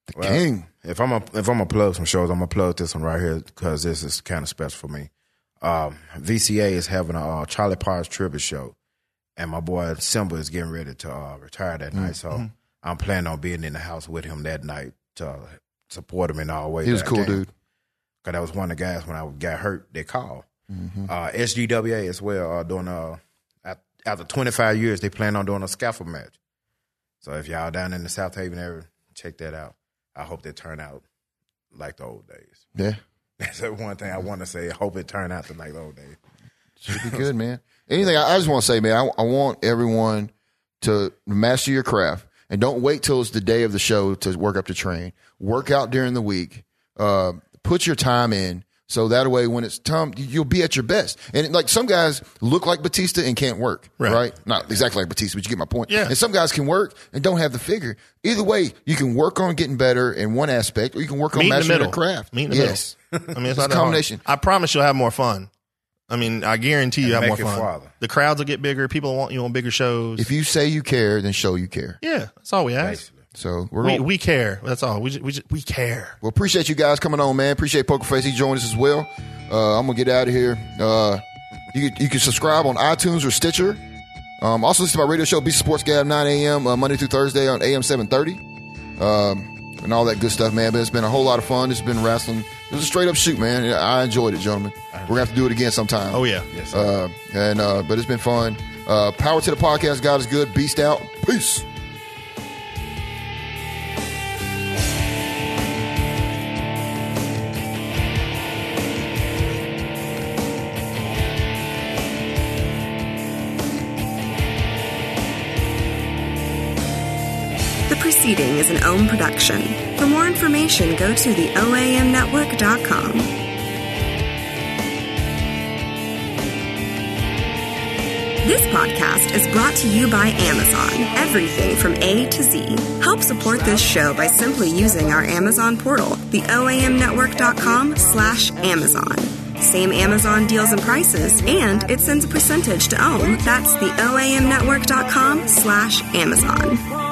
the
King.
If I'm a, if I'm gonna plug some shows, I'm gonna plug this one right here because this is kind of special for me. Um, VCA is having a uh, Charlie Parr's tribute show, and my boy Simba is getting ready to uh, retire that night. So
Mm-hmm.
I'm planning on being in the house with him that night to uh, support him in all ways.
He was a
that I
cool,
can.
dude.
Cause that was one of the guys when I got hurt. They called uh, SGWA as well. Uh, doing uh, at, after 25 years, they plan on doing a scaffold match. So if y'all down in the South Haven area, check that out. I hope they turn out like the old days.
Yeah,
That's the one thing I want to say. I hope it turned out to like the old days.
should be good, man. Anything I, I just want to say, man. I, I want everyone to master your craft and don't wait till it's the day of the show to work up the train. Work out during the week. Uh, put your time in so that way when it's time, you'll be at your best. And like some guys look like Batista and can't work, right?
Right.
Not exactly like Batista, but you get my point.
Yeah.
And some guys can work and don't have the figure. Either way, you can work on getting better in one aspect, or you can work on
Meet in the
mastering
middle.
your craft.
Meet in the
yes.
middle. I mean, it's,
a
not that hard.
combination.
I promise you'll have more fun. I mean, I guarantee you
And
have more
make it
fun.
farther.
The crowds will get bigger. People will want you on bigger shows.
If you say you care, then show you care.
yeah, that's all we ask.
Basically.
So we're
We,
going.
we care. That's all. We just, we just, we care.
Well, appreciate you guys coming on, man. Appreciate Pokerface. He joined us as well. Uh, I'm gonna get out of here. Uh, you you can subscribe on iTunes or Stitcher. Um, also listen to my radio show, Beast Sports Gab, 9 a.m. Uh, Monday through Thursday on AM 7:30, um, and all that good stuff, man. But it's been a whole lot of fun. It's been wrestling. It was a straight up shoot, man. I enjoyed it, gentlemen. We're gonna have to do it again sometime.
Oh yeah.
Yes, sir.
Uh, and uh, but it's been fun. Uh, power to the podcast. God is good. Beast out. Peace.
The preceding is an OM production. For more information, go to the OAMnetwork.com. This podcast is brought to you by Amazon. Everything from A to Z. Help support this show by simply using our Amazon portal, the OAMnetwork.com slash Amazon. Same Amazon deals and prices, and it sends a percentage to OWN. That's the OAMnetwork.com slash Amazon.